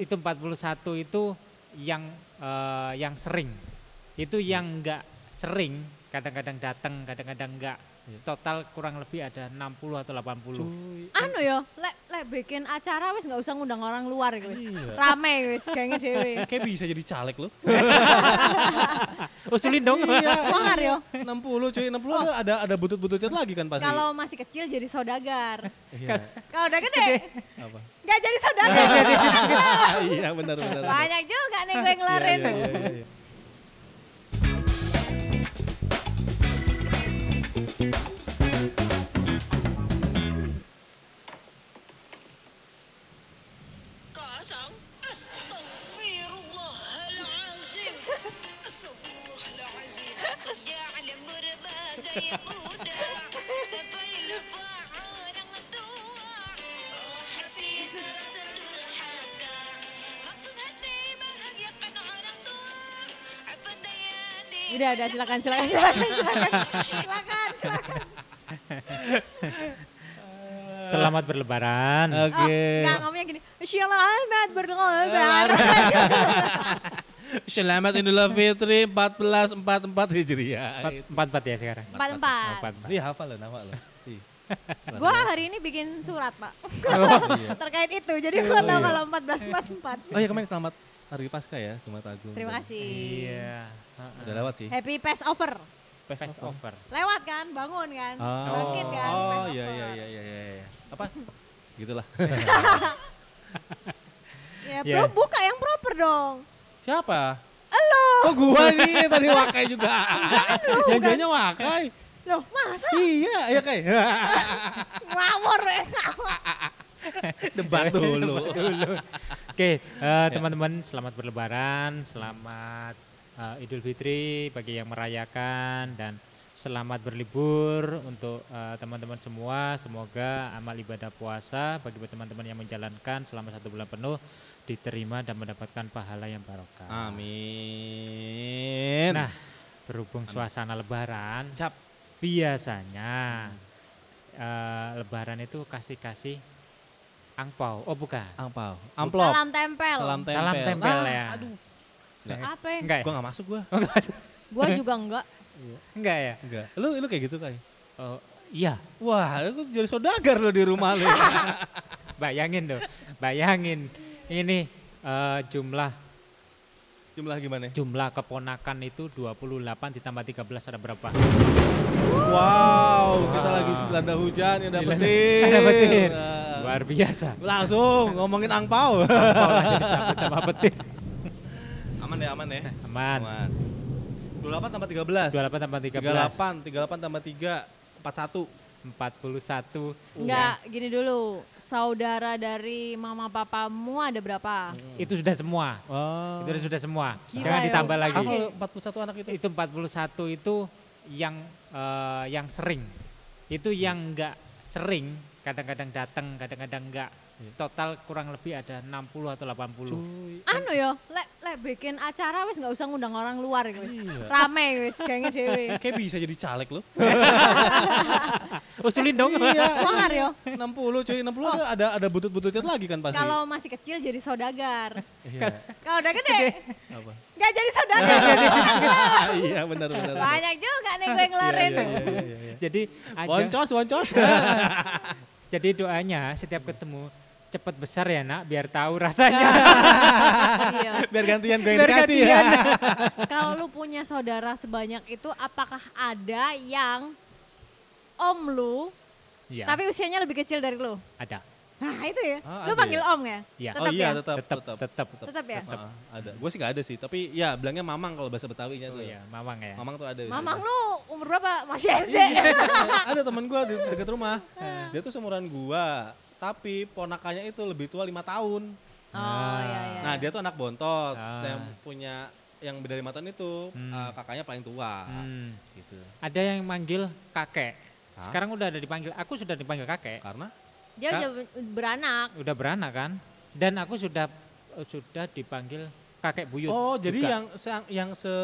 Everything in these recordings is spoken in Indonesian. itu 41 itu yang eh, yang sering Hmm. itu yang enggak sering kadang-kadang datang kadang-kadang enggak total kurang lebih ada 60 atau 80 Anu yo, lek lek bikin acara wis nggak usah ngundang orang luar gitu. Iya. Rame wis gengnya dhewe. Kayak bisa jadi caleg loh. Iya. usulin Oh, dong Iya. Semangat yo. 60 cuy, 60 ada ada, ada butut-bututnya lagi kan pasti. Oh. Kalau masih kecil jadi saudagar. iya. Kalau udah gede Apa? nggak jadi saudagar. iya benar benar. benar. Banyak juga nih gue Iya, iya, ngeluarin. iya, iya, iya. kosong Astagfirullahalazim Astagfirullahalazim Ja'lam berbagai kuda Sampai lupa orang tua Hati terasa durhaka Maksud hati bahagiakan orang tua Apa daya di Udah udah silakan silakan silakan silakan. Silakan silakan. selamat berlebaran Oke. Oh, Enggak ngomongnya gini. Selamat berlebaran. Selamat Idul Fitri 1444 Hijriah. Empat- empat empat ya sekarang Empat empat. Empat empat. Iya hafal loh nama lo. Iya. Gue hari ini bikin surat pak terkait itu. Jadi gue tahu Oh, iya. kalau empat belas empat empat. Oh iya kemarin selamat Hari Pasca ya, Jumat Agung. Terima kasih. iya Ha-ha. Udah lewat sih. Happy pass over. Pass over Lewat kan, bangun kan, Oh, bangkit kan. oh pass iya iya over. iya iya iya, iya. Apa? Gitulah. Ya, bro, Iya. buka yang proper dong. Siapa? Elo, Kok gua nih tadi wakai juga. Yang jadinya wakai. loh masa Iya, iya kai. ngawur ya? Debat dulu. Oke, eh, teman-teman selamat berlebaran, selamat eh, Idul Fitri bagi yang merayakan dan selamat berlibur untuk eh, teman-teman semua. Semoga amal ibadah puasa bagi teman-teman yang menjalankan selama satu bulan penuh diterima dan mendapatkan pahala yang barokah. Amin. Nah, berhubung suasana Lebaran, cap. biasanya eh, Lebaran itu kasih-kasih angpau. Oh bukan, Ampau. Amplop. Salam tempel. Salam tempel. salam tempel Ah, ya. Aduh, Apa? ya? Enggak ya? gua gak masuk gua. Oh, enggak masuk. Gue juga enggak. Enggak ya? Enggak. Lu lu kayak gitu kai. Oh, iya, Wah, lu jadi saudagar lo di rumah lu. bayangin tuh, bayangin. Ini eh, jumlah Jumlah gimana? jumlah keponakan itu 28 ditambah 13 ada berapa? Wow, kita lagi dilanda hujan, ya Dilanda- dapetin. ada petir. Ah. Luar biasa. Langsung ngomongin angpau. Kalau aja disambut sama petir. aman ya, aman ya. Aman. Aman. 28 tambah 13. 28 tambah 13. 38, 38 tambah 3, 41. 41. Enggak, Iya. gini dulu. Saudara dari mama papamu ada berapa? Ya, Itu sudah semua. Oh. Itu sudah semua. Gila Jangan ya. ditambah lagi. Apa 41 anak itu? Itu 41 itu yang eh, yang sering. Itu Hmm. yang enggak sering, kadang-kadang datang, kadang-kadang enggak. Iya. Total kurang lebih ada 60 atau 80. Anu yo, lek lek bikin acara wis nggak usah ngundang orang luar gitu. Iya. Rame wis gengnya dhewe. Kayak bisa jadi caleg loh. Usulin Oh, dong. Oh, iya. Iya. Semangat yo. 60 cuy, 60 ada ada, ada butut-bututnya lagi kan pasti. Kalau masih kecil jadi saudagar. Iya. Kalau udah gede Apa? nggak jadi saudagar. iya benar benar. benar. Banyak juga nih gue ngeluarin. Iya, iya, iya, iya. Jadi aja Woncos, woncos. Iya. Jadi doanya setiap Iya. ketemu cepat besar ya nak biar tahu rasanya. Iya. Biar gantian gue yang Biar dikasih ya. gantian. Kalau lu punya saudara sebanyak itu apakah ada yang om lu Iya, tapi usianya lebih kecil dari lu? ada. Nah, itu Ya. ya. Ah, lu ada panggil ya? om ya? Iya. Oh Tetap iya, ya? tetap, tetap tetap tetap. Tetap ya? Ah, ada. Gue sih gak ada sih, tapi ya bilangnya mamang kalau bahasa Betawinya Oh tuh. iya, mamang ya. Mamang tuh ada. Mamang biasanya. lu umur berapa? Masih Oh, SD. iya. ada temen gue di dekat rumah. Ah. Dia tuh seumuran gua, tapi ponakannya itu lebih tua lima tahun. Hmm. oh iya iya. Nah, dia tuh anak bontot Ah. yang punya yang beda lima tahun itu Hmm. eh, kakaknya paling tua. Hmm. Gitu. Ada yang manggil kakek. Hah? Sekarang udah ada dipanggil. Aku sudah dipanggil kakek. Karena Dia Kak. udah beranak. Udah beranak kan? Dan aku sudah eh, sudah dipanggil kakek buyut. Oh, jadi juga. yang se- yang se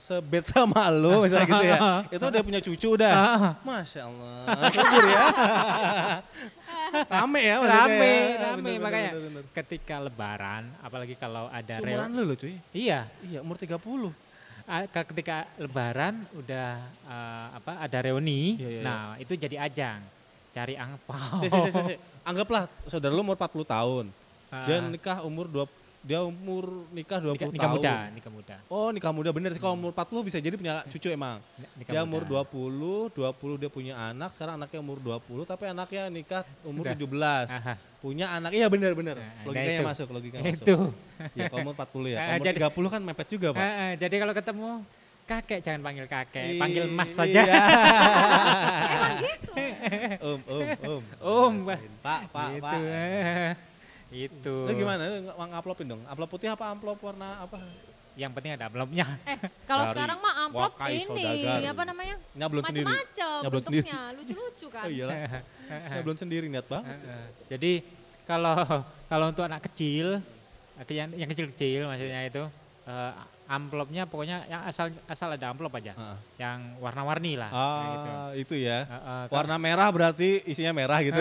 sebet sama lo misalnya gitu ya. Itu udah punya cucu udah. Ah, Masya Allah, subur ya. Rame ya rame, maksudnya. ya. Bener, rame bener, makanya bener, bener. ketika lebaran apalagi kalau ada Seumuran rel lu loh cuy. iya Iya umur 30. a- ka- ketika lebaran udah eh, apa ada reuni Iya, iya, iya. nah itu jadi ajang cari angpau Si, si, si, si, si. Anggaplah saudara lu umur 40 tahun. Ah, Dia nikah umur 2 dia umur nikah 20 nikah, tahun. nikah muda nikah muda Oh, nikah muda bener sih kalau umur 40 bisa jadi punya cucu emang. Ni- Hmm. nikah Dia muda. umur 20, 20 dia punya anak, sekarang anaknya umur 20 tapi anaknya nikah umur Udah. 17. Aha, Punya anak. Iya bener bener. Nah, nah Logikanya itu. masuk, logikanya masuk. itu Iya, kalau umur 40 ya. Ah, Kalau umur jadi- 30 kan mepet juga, Pak. Eh, eh, jadi kalau ketemu kakek jangan panggil kakek panggil mas saja Iya. gitu? Om, om, om. Om, Pak. um, Nah, Pak, Pak, Pak. Um, gitu eh, itu Lu gimana? Lu ng- ngaplopin dong. Amplop putih apa amplop warna apa? yang penting ada amplopnya Eh, kalau Dari sekarang mah amplop Wakai ini Saudagar. apa namanya? Nyablon sendiri. Macam-macam Nyablon sendiri. bentuknya, lucu-lucu kan. Oh iyalah. Nyablon sendiri niat banget. Heeh. Jadi kalau kalau untuk anak kecil, eh, yang yang kecil-kecil maksudnya itu eh, amplopnya pokoknya yang asal asal ada amplop aja, Heeh. yang warna-warni lah. Ah, kayak gitu. Ah, itu ya. Eh, eh, kalau- Warna merah berarti isinya merah gitu.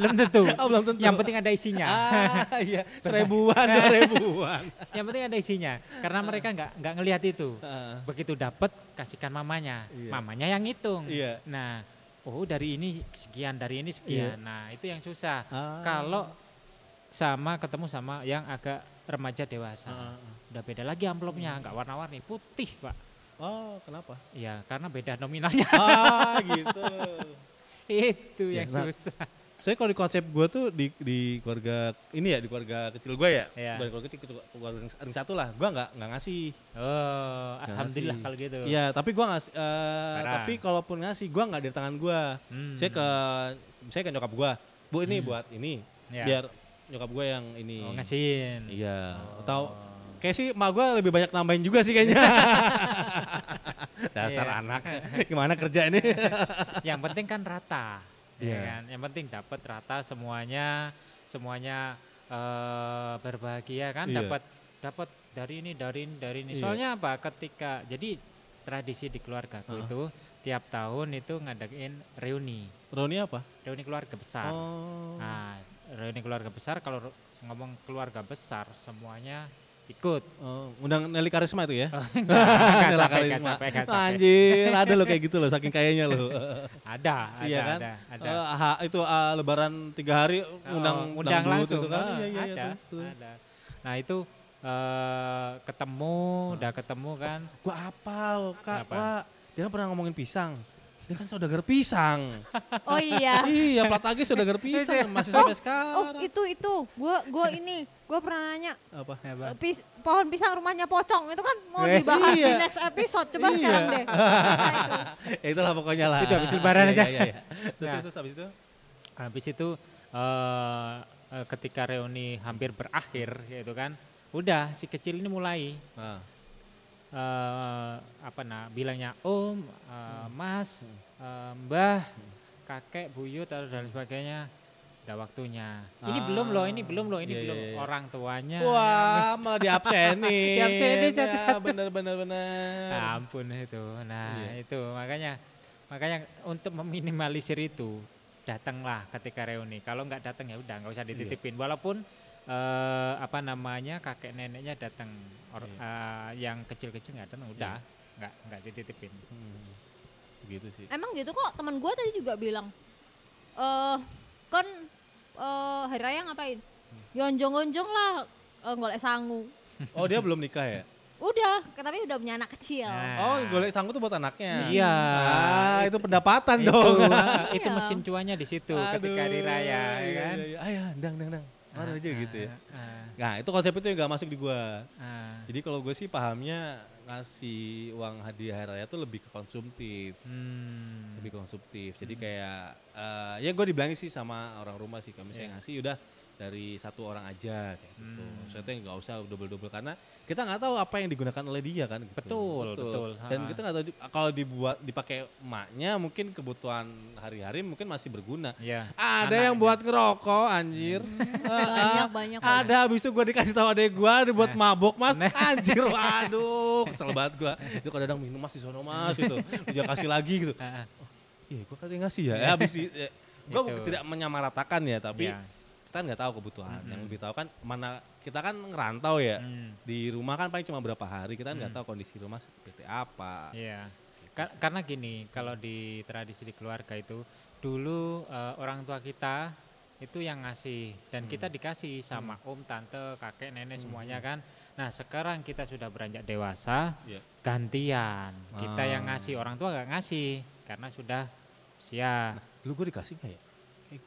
belum tentu. Oh, belum tentu. Yang penting ada isinya. ah, iya. Seribuan, dua ribuan. yang penting ada isinya. Karena mereka nggak nggak ngelihat itu. Ah, Begitu dapat kasihkan mamanya, Iya. mamanya yang ngitung. Iya. Iya. Nah, oh dari ini sekian, dari ini sekian. Nah itu yang susah. ah. Kalau sama ketemu sama yang agak remaja dewasa, Ah, Iya. ah, ah. udah beda lagi amplopnya, nggak warna-warni, putih pak. Oh, kenapa? Ya karena beda nominalnya Ah, gitu. itu Ya, yang nah. susah. Soalnya kalau di konsep gue tuh di, di keluarga ini ya di keluarga kecil gue ya, Iya. bukan keluarga kecil kecu- keluarga ring- ring satu lah. Gue nggak nggak ngasih. Oh, Nggak alhamdulillah ngasih. kalau gitu. Iya, tapi gue ngasih. eh, Parah. tapi kalaupun ngasih, gue nggak dari tangan gue. Hmm. Saya ke saya ke nyokap gue. Bu ini buat ini, Iya. biar nyokap gue yang ini. Oh, ngasihin. Iya. Oh. Atau kayak sih emak gue lebih banyak nambahin juga sih kayaknya. Dasar Iya. anak, gimana kerja ini? Yang penting kan rata, ya Iya. kan? Yang penting dapat rata semuanya, semuanya eh, berbahagia kan? Iya. Dapat dapat dari ini, dari ini, dari ini. Iya. Soalnya apa? Ketika jadi tradisi di keluarga Ah. itu tiap tahun itu ngadain reuni, Roni apa? reuni keluarga besar. Oh. Nah, reuni keluarga besar kalau ro- ngomong keluarga besar semuanya ikut. Oh, undang Nelly Karisma itu ya? Enggak Nela sampai, enggak Karisma. sampai, enggak sampai. Anjir, ada lo kayak gitu loh, saking kayanya lo. Ada, ada, Iya kan? ada, ada. Eh, ha- itu ah, lebaran tiga hari Oh, undang undang dangdut langsung itu kan? Ah, Iya, iya, iya, ada, terus, terus. ada. Nah, itu eh, ketemu, Hmm. udah ketemu kan. Gua apal, Kak, Apa? Wak. Dia kan pernah ngomongin pisang. Dia kan saudagar pisang. Oh iya. iya, plat lagi saudagar pisang masih sampai Oh sekarang. itu itu, gue gua ini, gue pernah nanya Apa? ya, eh, pis- pohon pisang rumahnya pocong itu kan mau Eh, dibahas di iya. next episode, coba Iya. sekarang deh. Apa itu? ya itulah pokoknya lah. Itu habis lebaran Iya, aja. Iya, iya. Terus, Nah. terus, terus habis itu? Habis itu eh, eh, ketika reuni hampir berakhir gitu kan. Udah si kecil ini mulai Nah, eh apa nah bilangnya om, eh, Hmm. mas, eh, mbah, kakek, buyut atau dan sebagainya udah waktunya. Ini belum loh, ini Ah, belum loh, ini iya, belum iya, iya. orang tuanya. Wah, malah ya, diabsenin. Diabsenin Ya, satu-satu. Bener, bener, bener. Ya ampun itu. Nah, Iya. itu makanya makanya untuk meminimalisir itu datanglah ketika reuni. Kalau nggak datang ya udah Iya. nggak usah dititipin. Walaupun eh, apa namanya kakek neneknya datang Or- Iya. eh, yang kecil-kecil nggak datang udah nggak nggak dititipin. Hmm, Gitu sih. Emang gitu kok teman gue tadi juga bilang, eh kon eh hari raya ngapain? Yonjong-yonjong lah, eh, golek sangu. Oh dia belum nikah ya? Udah, tapi udah punya anak kecil. Nah, Oh golek sanggup tuh buat anaknya. Iya. Ah itu pendapatan itu, dong. ah, itu Iya. mesin cuanya di situ ketika hari raya ya Iya, kan. iya, iya. Ayo, dang, dang, dang. Mana aja gitu ya. Ah, Nah itu konsep itu yang gak masuk di gua. ah. Jadi kalau gue sih pahamnya ngasih uang hadiah hari raya tuh lebih ke konsumtif. Hmm. Lebih konsumtif. Jadi kayak eh, ya gue dibilangin sih sama orang rumah sih. Kami saya ngasih udah dari satu orang aja kayak gitu. Iya. Hmm. Maksudnya nggak usah double-double karena kita nggak tahu apa yang digunakan oleh dia kan gitu. Betul, betul. Dan Ha. kita nggak tahu di- kalau dibuat dipakai emaknya mungkin kebutuhan hari-hari mungkin masih berguna. Ya. Hmm. Ada Anak yang ini. buat ngerokok anjir. Eh, eh. Banyak banyak. Ada habis itu gue dikasih tahu adek gue dibuat Nah. mabok mas Nah. anjir waduh kesel banget gue itu kadang minum mas di sono mas gitu dia kasih lagi gitu Ah, ah. iya gue katanya ngasih ya, ya habis i- ya, Gue Gitu. tidak menyamaratakan ya, tapi Iya. kita nggak tahu kebutuhan. Yang lebih tahu kan mana kita kan ngerantau ya. Hmm. Di rumah kan paling cuma berapa hari, kita nggak tahu kondisi rumah seperti apa. Iya. Gitu Ka- karena gini, kalau Hmm. di tradisi di keluarga itu dulu eh, orang tua kita itu yang ngasih dan kita Hmm. dikasih sama om, tante, kakek, nenek semuanya kan. Nah, sekarang kita sudah beranjak dewasa, Iya. gantian. Kita yang Ah. ngasih, orang tua nggak ngasih karena sudah usia. Lu gue dikasih nggak ya? Eh, Kayak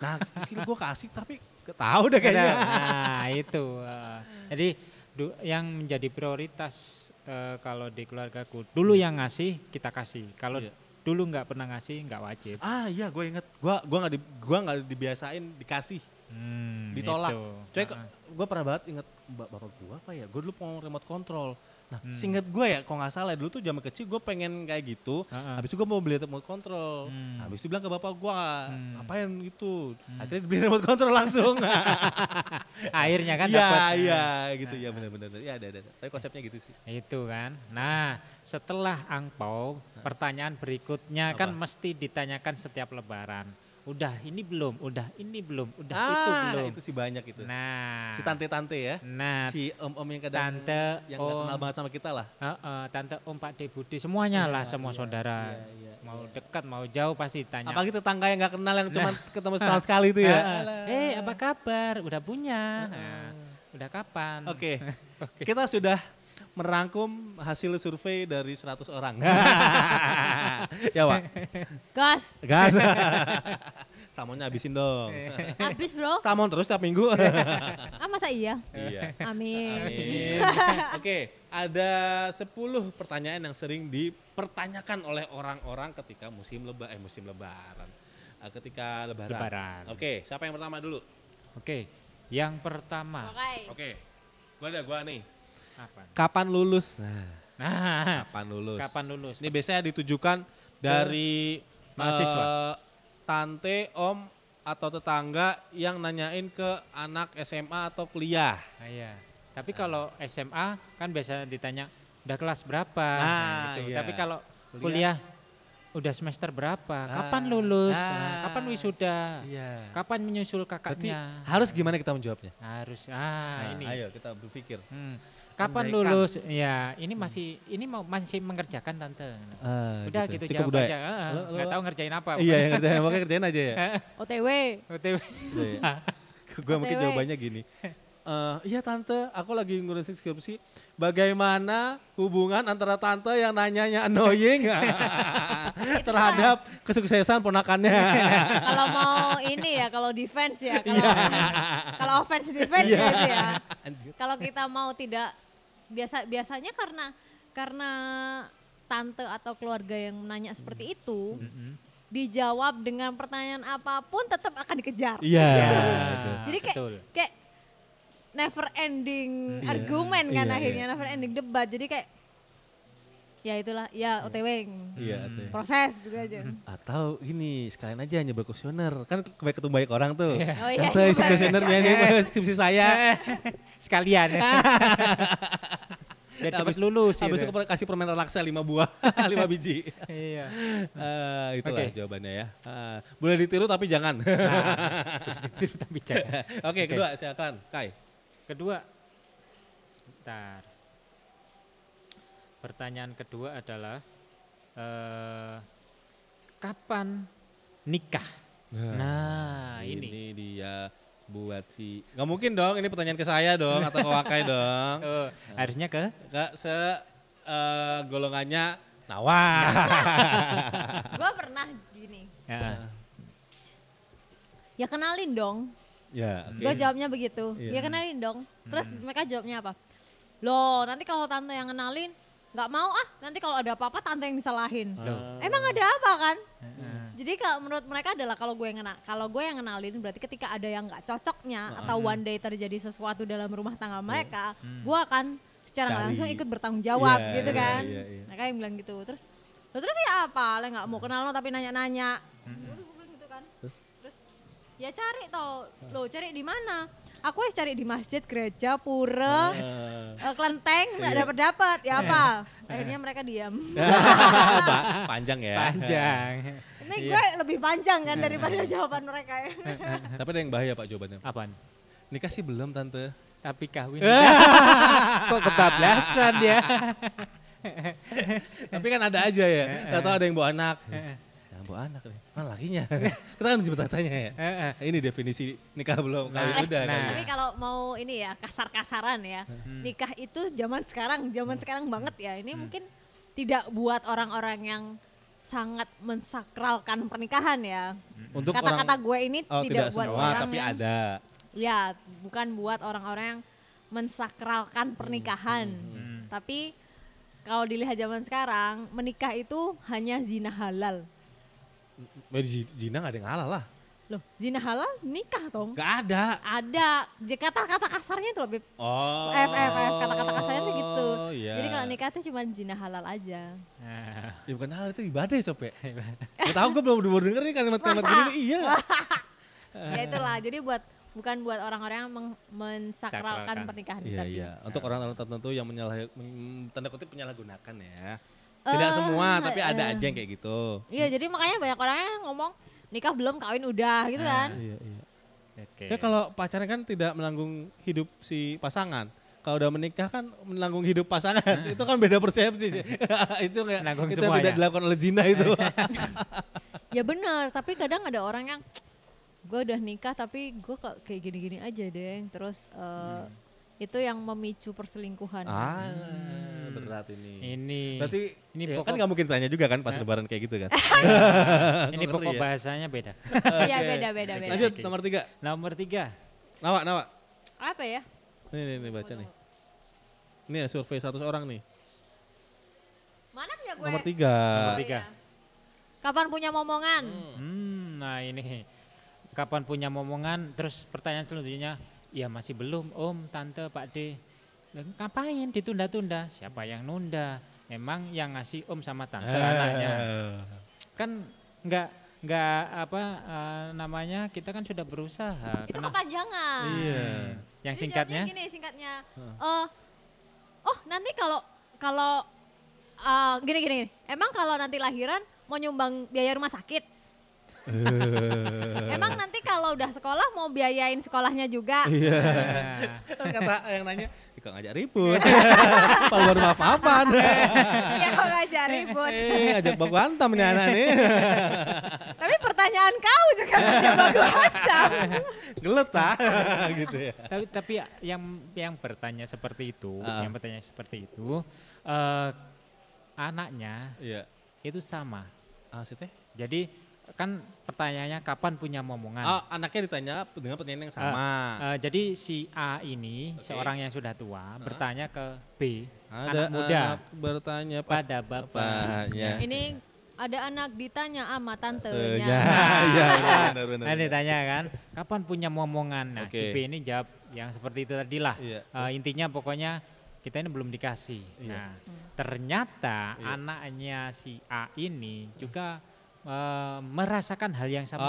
gue, nah gue kasih tapi nggak tahu deh kayaknya. Nah, itu. eh. Jadi du- yang menjadi prioritas eh, kalau di keluargaku dulu yang ngasih kita kasih. Kalau Hmm. Iya. dulu nggak pernah ngasih nggak wajib. Ah iya gue inget, gue gua nggak di, gua nggak dibiasain dikasih, Hmm, ditolak. itu. Coy, Ah, gue pernah banget inget mbak bapak gue apa ya? Gue dulu mau remote control. Nah, Hmm. singkat gue ya, kalau nggak salah dulu tuh zaman kecil gue pengen kayak gitu. ah, ah. Habis itu gue mau beli remote control. Hmm. Habis itu bilang ke bapak gue, Hmm. ngapain gitu? Akhirnya beli remote control langsung. Akhirnya kan Iya, dapat. iya Nah, gitu. Ya benar-benar. Ya ada, ada. ada. Eh. Tapi konsepnya gitu sih. Itu kan. Nah, setelah angpau, pertanyaan berikutnya kan Apa? mesti ditanyakan setiap lebaran. Udah ini belum, udah ini belum, udah itu ah, belum. itu sih banyak itu. Nah. Si tante-tante ya. Nah, Si om-om yang kadang tante yang nggak om, kenal banget sama kita lah. eh, eh, tante om Pak De Budi semuanya lah Iya, semua iya, saudara. iya, iya, mau dekat, mau jauh pasti ditanya. Apalagi tetangga yang nggak kenal yang cuma Nah. ketemu setahun sekali itu ya. Ah, Alah. ah. Eh, apa kabar? Udah punya. Nah, udah kapan? Oke. Oke. Kita sudah merangkum hasil survei dari 100 orang. ya, Pak. Gas, Gas. Samonnya habisin dong. Iya. habis bro. Samon terus tiap minggu. Ah masa iya? iya. Amin. Amin. Oke, ada 10 pertanyaan yang sering dipertanyakan oleh orang-orang ketika musim lebar eh musim lebaran. Eh, Ketika lebaran. Lebaran. Oke, siapa yang pertama dulu? Oke, yang pertama Oke. Oke. Gua ada gua nih. apa? Kapan lulus? Nah, Nah, kapan lulus? kapan lulus? Ini biasanya ditujukan dari mahasiswa. eh, tante, om atau tetangga yang nanyain ke anak SMA atau kuliah. Ah, iya. Tapi kalau SMA kan biasanya ditanya udah kelas berapa. gitu. Nah, iya. Tapi kalau Kuliah. kuliah, udah semester berapa? Kapan Ah, lulus? ah. Nah, kapan wisuda? Iya. Kapan menyusul Berarti kakaknya? harus gimana kita menjawabnya? Nah, harus ah ini. Ayo kita berpikir. Hmm, Kapan Andaikan. Hmm. lulus? Ya, ini masih ini mau masih mengerjakan tante. Ah, Udah gitu, Ah, Cukup jawab udah ya? aja. Ah, ah, Lo- lo- nggak tahu ngerjain apa. Iya, yang kerjain, pokoknya kerjain aja ya. OTW. OTW. Gue mungkin OTW. jawabannya gini. Eh, iya tante, aku lagi ngurusin skripsi. Bagaimana hubungan antara tante yang nanyanya annoying terhadap kesuksesan ponakannya? Kalau mau ini ya, kalau defense ya, kalau kalau offense defense ya itu ya. Anjir. Kalau kita mau tidak biasa biasanya karena karena tante atau keluarga yang nanya Hmm. seperti itu dijawab dengan pertanyaan apapun tetap akan dikejar. Iya. Jadi kayak betul. kayak never ending argumen kan Hmm. Iya, akhirnya never ending debat. Jadi kayak ya itulah ya OTW Iya. Tante. proses gitu aja. Hmm. Atau gini, sekalian aja nyebar kuesioner. Kan kebanyakan ketemu banyak orang tuh. Oh iya, Tante isi nyebar kuesionernya ini skripsi saya. Sekalian. Biar cepat Habis- lulus. Habis itu gitu. kasih permen relaksa 5 buah, 5 biji. Iya. Eh, itulah Oke. jawabannya ya. Eh, boleh ditiru tapi jangan. Nah, terus ditiru tapi jangan. Oke, kedua silakan. Kai. Kedua. Bentar. Pertanyaan kedua adalah eh, kapan nikah? Nah, ini. dia buat si. Gak mungkin dong, ini pertanyaan ke saya dong atau ke Wakai dong. Oh, harusnya ke Gak se eh, golongannya Nawar. Gue pernah gini. Nah. Ya. Ya kenalin dong. ya, oke. Gue jawabnya begitu. Iya. Hmm. Ya kenalin dong. Terus mereka jawabnya apa? Loh, nanti kalau tante yang kenalin nggak mau ah. Nanti kalau ada apa-apa tante yang disalahin. Loh. Emang ada apa kan? Hmm. Jadi kalau menurut mereka adalah kalau gue yang kena, kalau gue yang kenalin berarti ketika ada yang nggak cocoknya Hmm. atau one day terjadi sesuatu dalam rumah tangga mereka, gue akan secara nggak Hmm. Cari. langsung ikut bertanggung jawab Iya, gitu iya, kan? iya, iya. Hmm. Mereka yang bilang gitu. Terus, "Loh, terus ya apa? Lah nggak mau kenal lo tapi nanya-nanya. Terus gue bilang gitu kan. Terus? Terus ya cari toh, lo cari di mana? Aku es cari di masjid, gereja, pura, Eh, eh, kelenteng, nggak Iya. dapat dapat ya apa? Akhirnya mereka diam. Pak, panjang ya. panjang. Ini Nih Iya. gue lebih panjang Iya. kan daripada jawaban mereka ya. Tapi ada yang bahaya Pak jawabannya. Apaan? Nikah sih belum tante. Tapi kawin. Kok kebablasan ya? Tapi kan ada aja ya. Tahu ada yang bawa anak. Yang bawa anak nih. Mana lakinya? Kita kan jemput tanya ya. Heeh. Ini definisi nikah belum kawin Nah, udah. ya. nah. kawin. Tapi kalau mau ini ya kasar-kasaran ya, Hmm. nikah itu zaman sekarang, zaman sekarang banget ya. Ini mungkin tidak buat orang-orang yang sangat mensakralkan pernikahan ya. Untuk Kata-kata orang- gue ini oh, tidak, buat semua, orang tapi yang, ada. ya bukan buat orang-orang yang mensakralkan pernikahan. Hmm, Tapi kalau dilihat zaman sekarang, menikah itu hanya zina halal. Di Ji- Jina gak ada yang halal lah. Loh, zina halal nikah dong. Gak ada. Ada J- kata-kata kasarnya itu loh, Beb. Eh, Oh. F, F, F, kata-kata kasarnya tuh gitu. Iya. Jadi kalau nikah tuh cuma zina halal aja. Nah, Ya bukan halal itu ibadah ya Sob ya. Gak tau gue belum baru denger nih kalimat-kalimat gini. nih, Iya. ya itulah, jadi buat bukan buat orang-orang yang meng- mensakralkan Sakralkan. pernikahan. Iya Bentar, Beb. iya. Untuk orang-orang tertentu yang menyalah men- tanda kutip penyalahgunakan ya. Eh, Tidak semua, tapi ada aja yang kayak gitu. Iya, jadi makanya banyak orang yang ngomong nikah belum kawin udah gitu kan. Iya iya. oke. Saya kalau pacaran kan tidak melanggung hidup si pasangan. Kalau udah menikah kan menanggung hidup pasangan. itu kan beda persepsi. sih. itu enggak Ah. Menanggung itu semua tidak ya? dilakukan oleh zina itu. Ya benar, tapi kadang ada orang yang gue udah nikah tapi gue kok kayak gini-gini aja deh. Terus eh, itu yang memicu perselingkuhan. ah, berat ini. Hmm. ini Berarti ini ya, kan pokok nggak mungkin tanya juga kan pas lebaran kayak gitu kan. ini ngerti pokok ya. bahasanya beda. Iya, beda-beda beda. Lanjut Oke. nomor tiga. Nomor tiga. Nawa, Nawa. Apa ya? Nih, nih, nih baca nih. Ini ya survei 100 orang nih. Mana punya gue? Nomor tiga. Nomor Oh, tiga. iya. Kapan punya momongan? Hmm, nah ini kapan punya momongan terus pertanyaan selanjutnya ya masih belum om tante pak d Lah, ngapain ditunda-tunda siapa yang nunda emang yang ngasih om sama tante Eh. anaknya kan nggak nggak apa eh, namanya kita kan sudah berusaha Itu Kena- kepanjangan. Iya. yang Jadi singkatnya jawabnya gini singkatnya. Eh, oh nanti kalau kalau eh, gini, gini gini. Emang kalau nanti lahiran mau nyumbang biaya rumah sakit? Eh. Emang nanti kalau udah sekolah mau biayain sekolahnya juga? Iya. Nah, Kata yang nanya, "Ih, kok ngajak ribut. Kalau baru maaf-maafan. Iya kok ngajak ribut. eh, ngajak baku hantam nih anak nih. Tapi pertanyaan kau juga ngajak bagus hantam. Gelet ah, gitu ya. tapi tapi yang yang bertanya seperti itu Ah. yang bertanya seperti itu eh, anaknya Iya. itu sama Ah, sih teh. Jadi kan pertanyaannya kapan punya momongan. Oh, anaknya ditanya dengan pertanyaan yang sama. Eh, jadi si A ini Oke. Ah. seorang yang sudah tua bertanya ke B anak Ada muda anak ya. bertanya pada bapaknya. bapaknya. Ini ada anak ditanya sama Eh, tantenya. Ya, ya, benar, benar, Nah, benar. ditanya kan kapan punya momongan. Nah si B Oke. ini jawab yang seperti itu tadi lah. Iya, Eh, intinya pokoknya kita ini belum dikasih. Iya. Nah ternyata Iya. anaknya si A ini juga eh, merasakan hal yang sama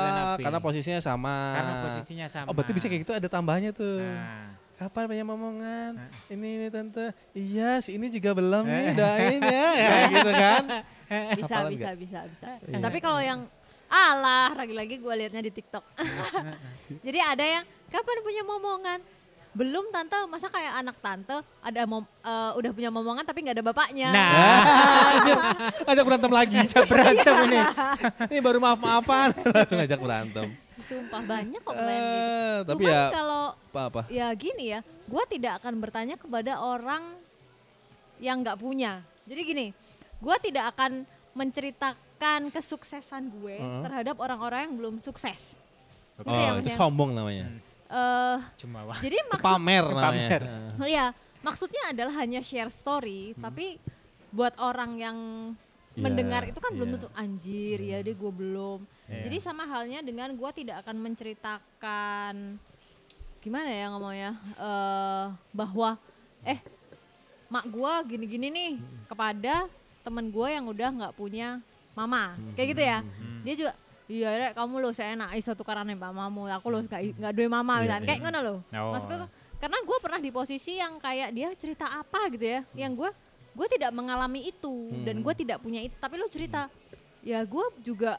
dengan Ah, B. karena posisinya sama. Karena posisinya sama. Oh, berarti bisa kayak gitu ada tambahnya tuh. Nah. Kapan punya momongan? Ini ini tante. Iya, si ini juga belum Eh. nih, dain ya. ya gitu kan. bisa Hafalan bisa, nggak? bisa bisa Iya. tapi kalau yang alah lagi-lagi gue liatnya di TikTok jadi ada yang kapan punya momongan belum tante masa kayak anak tante ada mom- eh, udah punya momongan tapi nggak ada bapaknya Nah, Anjir, ajak berantem lagi. berantem ini. ini baru maaf-maafan, langsung ajak berantem. sumpah banyak kok klien gitu Eh, tapi cuman ya- kalau Apa-apa? ya gini ya gue tidak akan bertanya kepada orang yang nggak punya jadi gini gue tidak akan menceritakan kesuksesan gue Heeh. terhadap orang-orang yang belum sukses Ngerti ya Oh, itu maksudnya? sombong namanya. Eh, Cuma wah. Jadi maksud Pamer namanya. Pamer. Heeh. ya maksudnya adalah hanya share story, tapi buat orang yang Hmm. Iya, mendengar itu kan belum iya. Hmm. tentu anjir ya deh gue belum. Iya. Jadi sama halnya dengan gue tidak akan menceritakan gimana ya ngomongnya eh bahwa eh mak gue gini-gini nih Hmm. kepada temen gue yang udah nggak punya mama kayak gitu Hmm. ya dia juga iya rek kamu lo saya enak satu karena mamamu aku lo nggak nggak duwe Hmm. mama Iya, misalnya iya. kayak ngono loh Oh. maksudku tuh, karena gue pernah di posisi yang kayak dia cerita Hmm. Hmm. apa gitu ya yang gue gue tidak mengalami itu dan gue tidak punya itu tapi lo cerita ya gue juga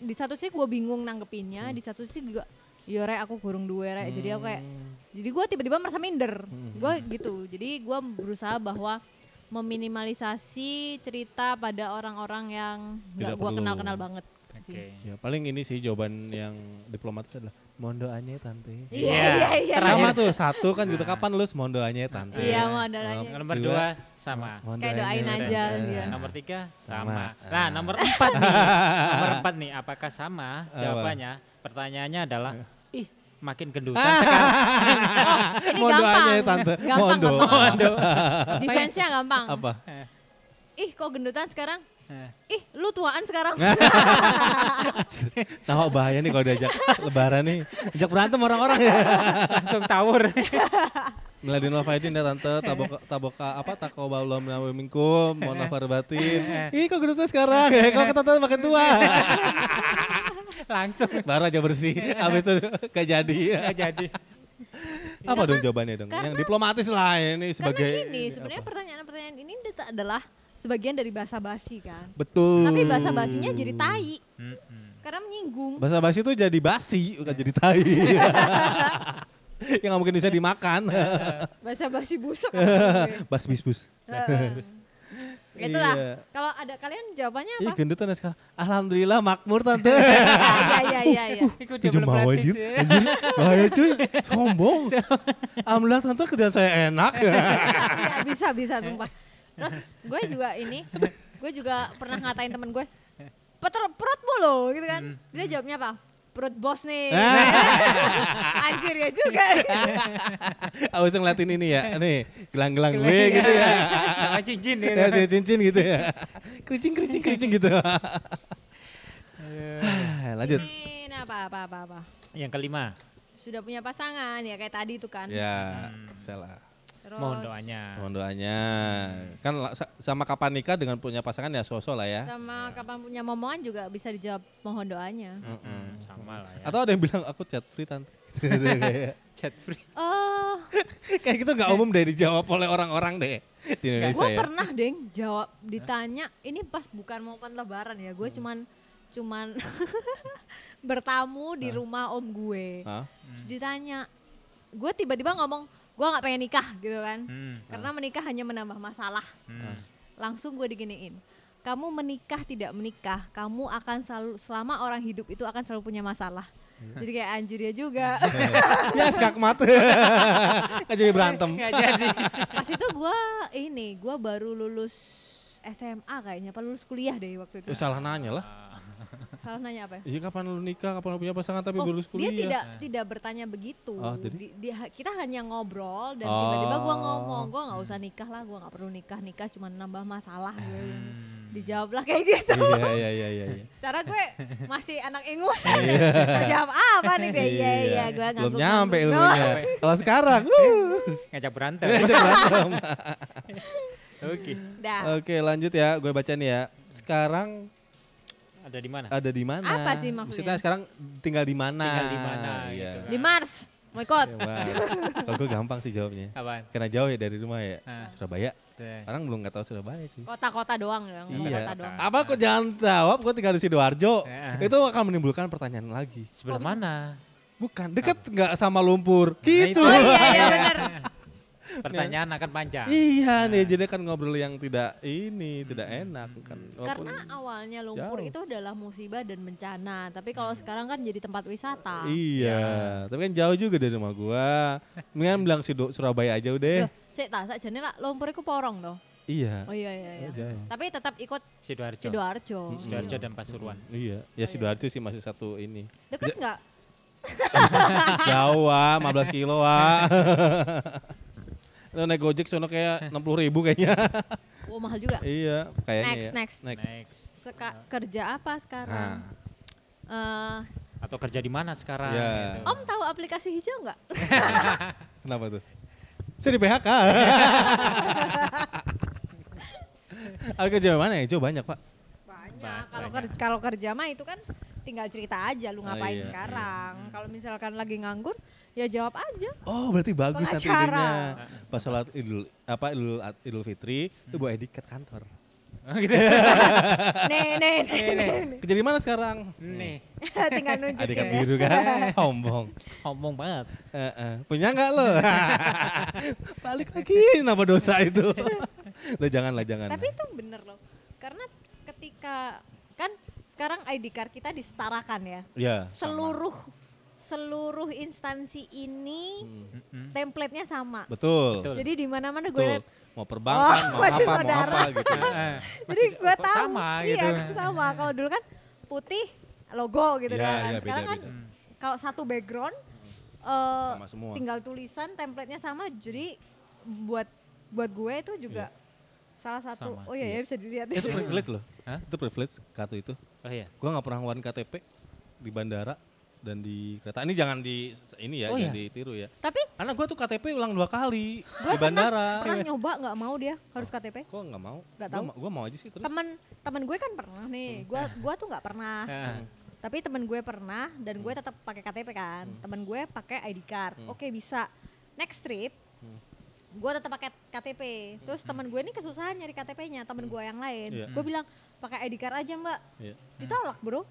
di satu sisi gue bingung nanggepinnya, Hmm. di satu sisi juga yo rek aku kurung duwe rek. Jadi aku kayak Hmm. jadi gue tiba-tiba merasa minder. Gue gitu. Jadi gue berusaha bahwa meminimalisasi cerita pada orang-orang yang nggak Tidak gue perlu. kenal-kenal banget. Oke. sih. Ya paling ini sih jawaban yang diplomatis adalah mohon doanya ya tante. Iya, Iya. iya, iya. Sama tuh satu kan gitu kapan lulus mohon doanya ya tante. Iya, mau ada lagi. Nah. Nomor Dua. dua sama. Mohon Kayak doain ya, aja, Tante. iya. Nomor tiga Sama. Ah. sama. Nah nomor empat nih, nomor empat nih, apakah sama Apa? Eh. jawabannya? Pertanyaannya adalah, ih makin gendutan Ah. sekarang. Ini Mohon gampang. doanya ya tante. Gampang, Mohon gampang. doa. Aduh. Defense-nya gampang. Apa? Ih kok gendutan sekarang? Eh. Ih lu tuaan sekarang. Nama bahaya nih kalau diajak lebaran nih. Ajak berantem orang-orang ya. Langsung tawur. Miladin wal faidin ya tante. Taboka, taboka apa? Takobaulah minkum. Mohon maaf lahir batin. Ih kok gedutnya sekarang? Eh, Kok tante makin tua? Langsung Baru aja bersih. Habis itu gak jadi. nggak jadi. Apa dong jawabannya dong? Yang diplomatis lah ini sebagai. Karena gini sebenarnya pertanyaan-pertanyaan ini deta- adalah sebagian dari bahasa basi kan. Betul. Tapi bahasa basinya jadi tai Mm-mm. karena menyinggung. Bahasa basi itu jadi basi, bukan jadi tai. yang gak mungkin bisa dimakan. Iya. Bahasa basi busuk. apa Bas bis bus. Heeh. Itulah. Iya. Kalau ada kalian jawabannya Ih apa? gendutan ya sekarang. Alhamdulillah makmur tante. Iya iya iya iya. Ikut dia Tujuh belum mau praktis anjir. ya. Anjir. Bahaya cuy. Sombong. Alhamdulillah tante kerjaan saya enak. Iya, bisa bisa sumpah. Terus gue juga ini gue juga pernah ngatain temen gue Peter, perutmu loh gitu kan. Dia jawabnya apa? Perut bos nih. Anjir ya juga. Awas ngeliatin ini ya. Nih gelang-gelang gue gitu ya. Sama cincin gitu. Ya saya cincin gitu ya. Kericing kericing kericing gitu. Ah, Lanjut. Ini apa apa apa apa. Iya. Yang kelima, Sudah punya pasangan ya kayak tadi itu kan. Ya, salah. Terus mohon doanya. Mohon doanya. Kan la- sa- sama kapan nikah dengan punya pasangan ya sosok lah ya. sama kapan punya momongan juga bisa dijawab mohon doanya. Mm-mm. Sama lah ya. Atau ada yang bilang aku chat free tante. Gitu deh kayak- Chat free. Oh, Kayak gitu nggak umum deh dijawab oleh orang-orang deh di Indonesia gue ya. pernah deng jawab ditanya ini pas bukan momen lebaran ya Hmm. gue cuman cuman bertamu di rumah om gue. Hah? Terus ditanya, gue tiba-tiba ngomong gue nggak pengen nikah gitu kan, Hmm. karena menikah hanya menambah masalah. Hmm. Langsung gue diginiin. Kamu menikah tidak menikah, kamu akan selalu selama orang hidup itu akan selalu punya masalah. Iya. Jadi kayak anjir ya juga. ya skakmat. Nggak jadi berantem. Nggak jadi. Pas itu gue ini, gue baru lulus SMA kayaknya, apa lulus kuliah deh waktu itu. Lu salah nanya lah. Salah nanya apa ya? Iya kapan lu nikah, kapan lu punya pasangan tapi Oh, baru lulus kuliah. dia tidak tidak bertanya begitu. Ah, jadi? Di- dia- kita hanya ngobrol dan Oh. tiba-tiba gua ngomong, gua nggak usah nikah lah, gua nggak perlu nikah. Nikah cuma nambah masalah. Gue Hmm. Dijawablah kayak gitu. Iya iya iya iya. iya. Secara gue masih anak ingus. Mau jawab apa nih gue? Iya iya, gue ngangguk. Belum nyampe ngangguk doang. ilmunya. Kalau sekarang, wuh. Iya. Ngajak berantem. Oke. Dah. Oke lanjut ya, gue baca nih ya. Sekarang Ada di mana? ada di mana? Apa sih maksudnya? Maksudnya sekarang tinggal di mana? Tinggal di mana Iya. gitu. Di Mars, mau ikut. Ya, Bang. Kalau gue gampang sih jawabnya. Apaan? Karena jauh ya dari rumah ya. Ah. Nah. Surabaya. Tuh. Orang belum nggak tahu Surabaya sih. Kota-kota doang, ya, kota-kota Iya. doang. Apa kok jangan jawab? Gue tinggal di sidoarjo. Ya. Itu akan menimbulkan pertanyaan lagi. Sebelah mana? Bukan deket nggak sama lumpur. Gitu. Oh iya iya benar. Pertanyaan akan panjang. Iya nih, jadi kan ngobrol yang tidak ini, tidak enak kan. Walaupun- Karena awalnya lumpur Jauh. itu adalah musibah dan bencana, tapi Hmm. kalau sekarang kan jadi tempat wisata. Iya, tapi kan jauh juga dari rumah gua. Mendingan bilang Sido Surabaya aja udah. Loh, sik tak sakjane lah lumpur iku porong to. Iya. Oh iya iya iya. Jauh. Tapi tetap ikut Sidoarjo. Sidoarjo. Sidoarjo dan Pasuruan. Iya, Oh, ya Sidoarjo sih masih satu ini. Dekat enggak? Jauh ah, 15 kilo ah. Lo naik Gojek sono kayak 60 ribu kayaknya. Oh mahal juga. iya, kayaknya Next, ya. next. Next. Seka, kerja apa Nah, sekarang? Eh, Atau kerja di mana sekarang? Iya. gitu. om tahu aplikasi hijau enggak? kenapa tuh? Saya di PHK. Aku kerja mana ya? Jo banyak pak. Banyak. Kalau ker- kalau kerja mah itu kan tinggal cerita aja lu Oh, ngapain iya. sekarang. Kalau misalkan lagi nganggur, ya jawab aja. Oh berarti bagus nanti Pengacara. idenya. Pas sholat idul apa idul Ad- idul fitri, lu bawa etiket kantor. Oh, gitu. Nih, nih, nih. nih, nih. Kerja di mana sekarang? Nih, Tinggal nunjukin. Adegan ya. biru kan, sombong. sombong banget. Eh, eh, Punya nggak lo? Balik lagi, kenapa dosa itu? lo jangan lah, jangan. Tapi itu bener loh. Karena ketika kan sekarang ID card kita disetarakan ya. ya, Seluruh seluruh instansi ini template-nya sama. betul. Betul. Jadi di mana-mana gue Betul. liat, Mau perbankan, Oh, mau masih apa, mau saudara. apa gitu. Heeh. Jadi Masih, gue kok tahu. Sama iya, gitu. kan sama. Kalau dulu kan putih logo gitu Iya, doang kan. iya, Sekarang beda, kan beda. kalau satu background eh, Sama semua. tinggal tulisan template-nya sama jadi buat buat gue itu juga salah satu Sama, oh iya, ya bisa dilihat Itu privilege loh. Hah? Itu privilege kartu itu. Oh iya. Gua nggak pernah ngeluarin KTP di bandara dan di kereta. Ini jangan di ini ya, Oh, jangan iya. ditiru ya. tapi Karena gua tuh KTP ulang dua kali gue di bandara. Iya. pernah nyoba nggak mau dia harus KTP Kok nggak mau? Nggak Gua tahu. ma- Gua mau aja sih terus. temen temen gue kan pernah nih gue gua tuh nggak pernah Heeh. Tapi temen gue pernah dan Hmm. gue tetap pakai KTP kan. Temen gue pakai ID card. Oke bisa. Next trip Hmm. gue tetap pakai KTP. Terus temen gue ini kesusahan nyari KTP-nya. Temen gue yang lain. Iya. Gue bilang pakai ID card aja mbak. Iya. Ditolak bro.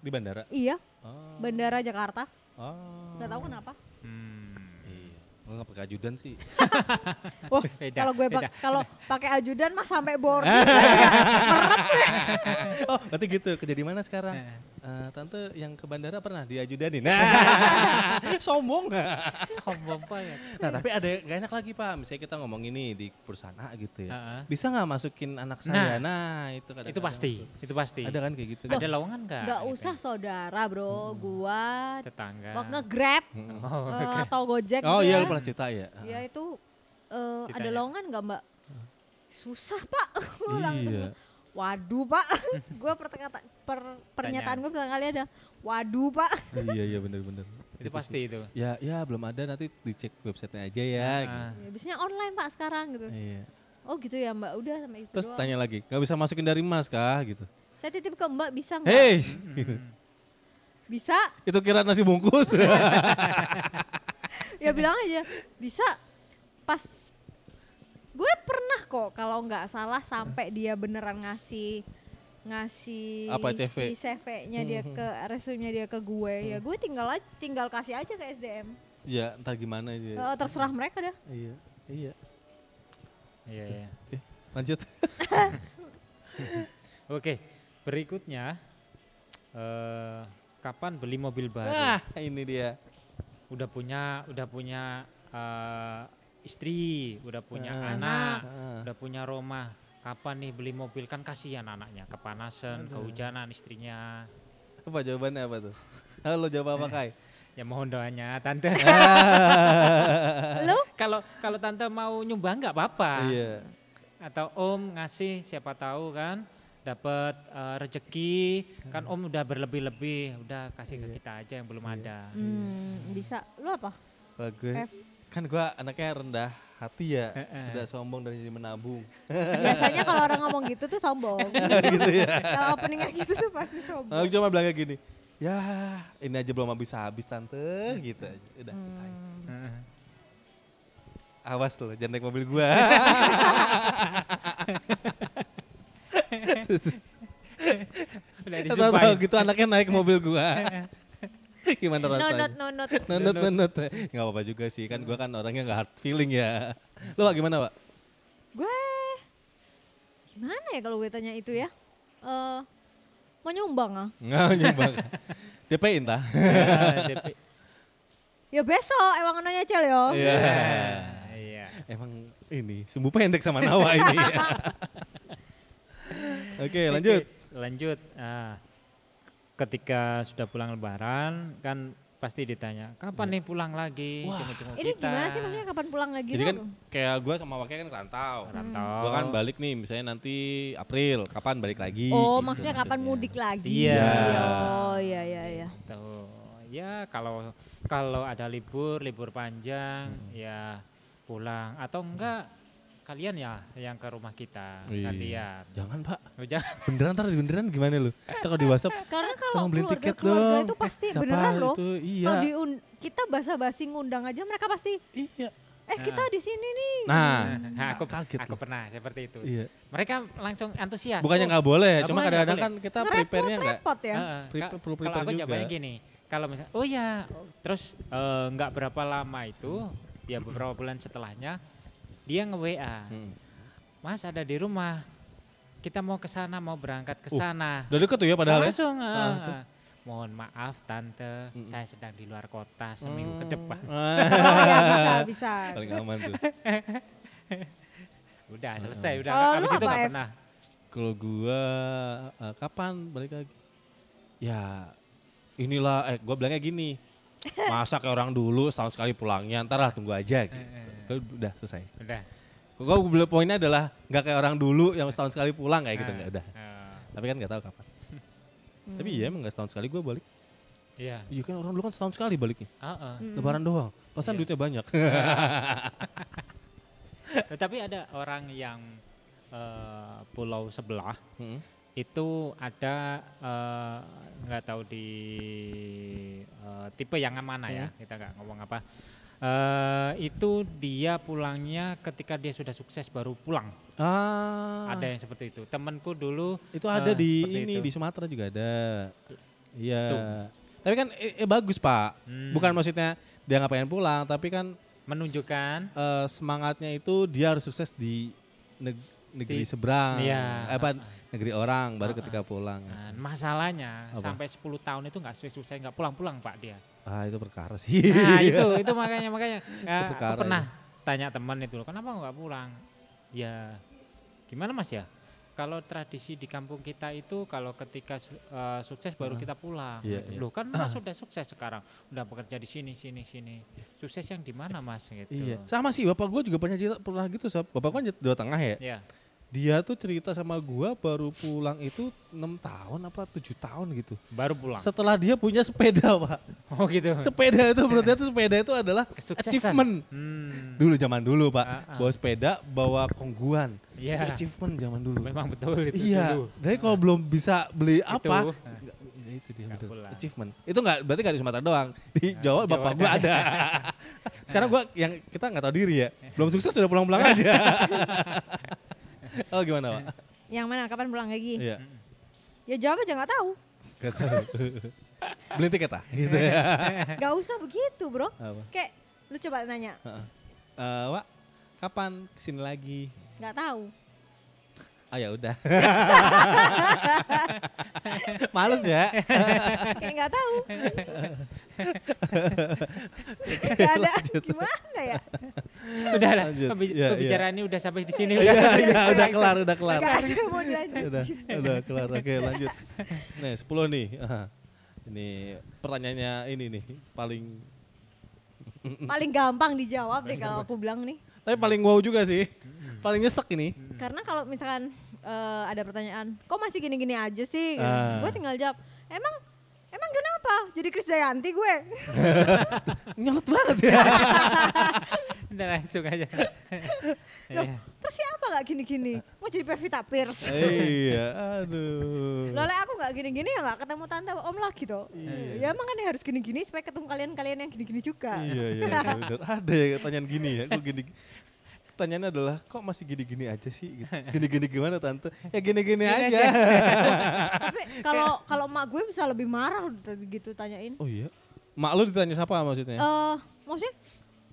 Di bandara. Iya. Oh. Bandara Jakarta. Oh. Gak tahu kenapa. Hmm. Iya. Gua nggak pakai ajudan sih. Wah Beda, kalau gue pak- beda. kalau pakai ajudan mah sampai boarding. Ah. oh, berarti gitu. Kerja di mana sekarang? Heeh. Eh, tante yang ke bandara pernah diajudanin. Nah, sombong. Sombong banget. Nah, tapi ada yang gak enak lagi, Pak. Misalnya kita ngomong ini di perusahaan A gitu ya. Heeh. Bisa nggak masukin anak saya? Nah, itu kadang Itu pasti, itu pasti. Ada kan kayak gitu. Ada lowongan enggak? nggak usah saudara Hmm. bro. Gua Tetangga. mau nge-grab Oh, eh, atau gojek Oh gitu iya, ya. lu pernah cerita ya. Ya itu eh, ada Ditanya. lowongan nggak mbak? Susah pak. Gua langsung Iya. bilang, Waduh pak, gue pernyataan gue pertama kali ada, waduh pak. iya, iya bener-bener. itu pasti itu. Ya, ya belum ada nanti dicek websitenya aja ya. Ah. Ya, biasanya online pak sekarang gitu. Iya. Oh gitu ya mbak, udah sama itu Terus doang. tanya lagi, nggak bisa masukin dari mas kah gitu. Saya titip ke mbak bisa nggak? Hei, Bisa? itu kira nasi bungkus. Ya bilang aja, bisa. Pas gue pernah kok kalau nggak salah sampai dia beneran ngasih ngasih Apa, Hmm, CV? si CV-nya dia ke resume-nya dia ke gue ya Hmm. gue tinggal aja- tinggal kasih aja ke SDM ya, entar gimana aja. Eh, terserah mereka dah Iya, iya. Iya, iya. Eh, lanjut. Oke, berikutnya eh kapan beli mobil baru? Nah, ini dia. Udah punya, udah punya eh, istri, udah punya Ah. anak, Ah. udah punya rumah. Kapan nih beli mobil? Kan kasihan anaknya, kepanasan, kehujanan istrinya. Apa jawabannya apa tuh? Halo, jawab apa, Kai? Ya mohon doanya tante. lo Kalau kalau tante mau nyumbang nggak apa-apa. Ah. Iya. Atau om ngasih siapa tahu kan dapat eh, rezeki kan Hmm. om udah berlebih-lebih udah kasih ke Iya. kita aja yang belum ada. hmm, bisa lo apa Kalau gue F. kan gue anaknya rendah hati ya, Heeh. tidak sombong dan jadi menabung. Biasanya kalau orang ngomong gitu tuh sombong. gitu ya. kalau openingnya gitu tuh pasti sombong. Aku cuma bilang kayak gini, ya ini aja belum habis habis tante gitu aja. Udah Hmm. selesai. Heeh. Awas loh, jangan naik mobil gue. Udah Tahu disumpahin. gitu anaknya naik mobil gue. Gimana No rasanya? not no not. Nenut, nenut. Nggak apa-apa juga sih, kan gue kan orangnya nggak hard feeling ya. Lo gimana, Pak? Gue gimana ya kalau gue tanya itu ya? Eh mau nyumbang ah? Nggak Iya. nyumbang. DP-in tah? Ya, DP. Ya besok emang nanya cel yo. Iya. Iya. Emang ini sumbu pendek sama Nawa ini. Oke, lanjut. Oke, lanjut. Ah, ketika sudah pulang lebaran kan pasti ditanya, kapan Iya. nih pulang lagi? Jenguk-jenguk Ini kita. gimana sih maksudnya kapan pulang lagi? Jadi tuh? kan kayak gue sama Wakai kan kerantau. Rantau. Gue kan balik nih, misalnya nanti April, kapan balik lagi? oh, gitu maksudnya kapan mudik lagi? Iya. Oh, iya iya iya. Tuh. Ya kalau kalau ada libur, libur panjang, Hmm. ya pulang atau enggak kalian ya yang ke rumah kita Iya. gantian. Jangan pak, Oh, jangan. beneran ntar beneran gimana lu? Ntar kalau di WhatsApp, Karena kalau Kan tolong beli keluarga tiket keluarga dong. Eh, itu pasti Siapa beneran loh. itu? Iya. Kalau diun- kita basa-basi ngundang aja mereka pasti Iya. eh kita di sini nih Nah, Nah, aku kaget aku loh. pernah seperti itu. Iya. Mereka langsung antusias. Bukannya Oh, nggak boleh, ya, Nggak cuma boleh, kadang-kadang nggak kan kita prepare-nya nggak. ngerepot-repot ya Heeh, Pre- ka- perlu kalau prepare aku jawabannya juga. gini, kalau misalnya, oh ya, oh, terus eh, nggak berapa lama itu, ya beberapa bulan setelahnya, dia nge WA, Hmm. Mas ada di rumah, kita mau ke sana, mau berangkat ke Uh, sana. Udah deket tuh ya padahal ya. Langsung, eh, Ah, terus? mohon maaf tante, Mm-mm. saya sedang di luar kota seminggu ke depan. Ah, oh iya, ya bisa bisa Paling aman tuh. Udah selesai, udah. Kalau lu Habis itu Oh, apa, ya? nggak F? pernah. Kalau gua eh, kapan balik lagi? Ya inilah eh gua bilangnya gini. Masa kayak orang dulu setahun sekali pulangnya, ntar lah tunggu Eh, aja gitu. Kalau Udah selesai. Udah. Gua bilang poinnya adalah nggak kayak orang dulu yang setahun sekali pulang kayak gitu Ah, nggak udah. eh, Tapi kan nggak tahu kapan. Tapi iya emang nggak setahun sekali gua balik. Iya. Iya kan orang dulu kan setahun sekali baliknya. Heeh. Lebaran doang. Pasan Iya. duitnya banyak. Tetapi ada orang yang eh, pulau sebelah Heeh. itu ada eh, nggak tahu di eh, tipe yang mana ya Iya. kita nggak ngomong apa Eh, itu dia pulangnya ketika dia sudah sukses baru pulang Ah. ada yang seperti itu temanku dulu Itu ada eh, di seperti ini itu. di Sumatera juga ada. Iya. Tuh. Tapi kan eh, eh, bagus pak. Hmm. Bukan maksudnya dia nggak pengen pulang, tapi kan menunjukkan eh, semangatnya itu dia harus sukses di neg- negeri Di- seberang, Iya. Eh, apa negeri orang, Ah, baru ah. ketika pulang. Nah, masalahnya Apa? sampai 10 tahun itu nggak sukses-sukses nggak pulang-pulang pak dia Ah itu perkara sih. Nah itu itu makanya makanya ya, aku perkara pernah tanya teman itu loh, kenapa nggak pulang? Ya gimana mas ya? Kalau tradisi di kampung kita itu kalau ketika su- eh, sukses baru kita pulang. Iya, gitu. iya. Loh kan mas sudah sukses sekarang, udah bekerja di sini sini sini. Sukses yang di mana mas gitu? Iya. Sama sih bapak gue juga pernah cerita pernah gitu sob. Bapak gue kan Jawa Tengah ya. Ya. Dia tuh cerita sama gua baru pulang itu enam tahun apa tujuh tahun gitu. baru pulang. Setelah dia punya sepeda pak. Oh gitu. sepeda itu menurut dia tuh sepeda itu adalah Kesuksesan. achievement Hmm, dulu zaman dulu pak Ah, ah. bawa sepeda bawa kongguan Iya. itu achievement zaman dulu memang betul itu iya dulu. Ah. dari kalau belum bisa beli apa Itu. Ah. nggak- ya itu dia Nggak betul. pulang. achievement itu nggak berarti nggak di Sumatera doang di Jawa Jawa bapak gua ada ada. sekarang gua yang kita nggak tahu diri ya belum sukses sudah pulang-pulang aja kalau gimana pak yang mana kapan pulang lagi iya ya jawab aja nggak tahu nggak tahu beli tiket ah gitu ya nggak usah begitu bro apa kayak lu coba nanya Heeh. Eh, Wak, kapan kesini lagi? nggak tahu Oh ya udah. Males ya. kayak nggak tahu nggak ada gimana ya Udah lah, Lanjut. pembi- Iya, iya. pembicaraan ini udah sampai di sini. Iya, udah. iya, udah kelar, udah kelar. nggak ada yang mau dilanjut Udah, udah kelar. Oke, lanjut. Nih, 10 nih. Ah, Ini pertanyaannya ini nih, paling paling gampang dijawab deh kalau aku bilang nih tapi paling wow juga sih. Paling nyesek ini. karena kalau misalkan eh, ada pertanyaan kok masih gini-gini aja sih Ah. gue tinggal jawab emang emang kenapa jadi Krisdayanti gue Nyolot banget ya. Udah langsung aja. Eh. Loh, Iya. terus siapa nggak gini-gini mau jadi Pevita Pierce iya, aduh. Loh, lah, aku nggak gini-gini ya nggak ketemu tante om lagi toh Iya. ya emang kan harus gini-gini supaya ketemu kalian-kalian yang gini-gini juga Iya, iya, iya, bener. Ada ya pertanyaan gini ya. Kok gini Pertanyaannya adalah kok masih gini-gini aja sih? Gitu. Gini-gini gimana tante? Ya gini-gini aja. tapi kalau kalau emak gue bisa lebih marah loh tadi gitu tanyain Oh iya. Mak lu ditanya siapa maksudnya? eh maksudnya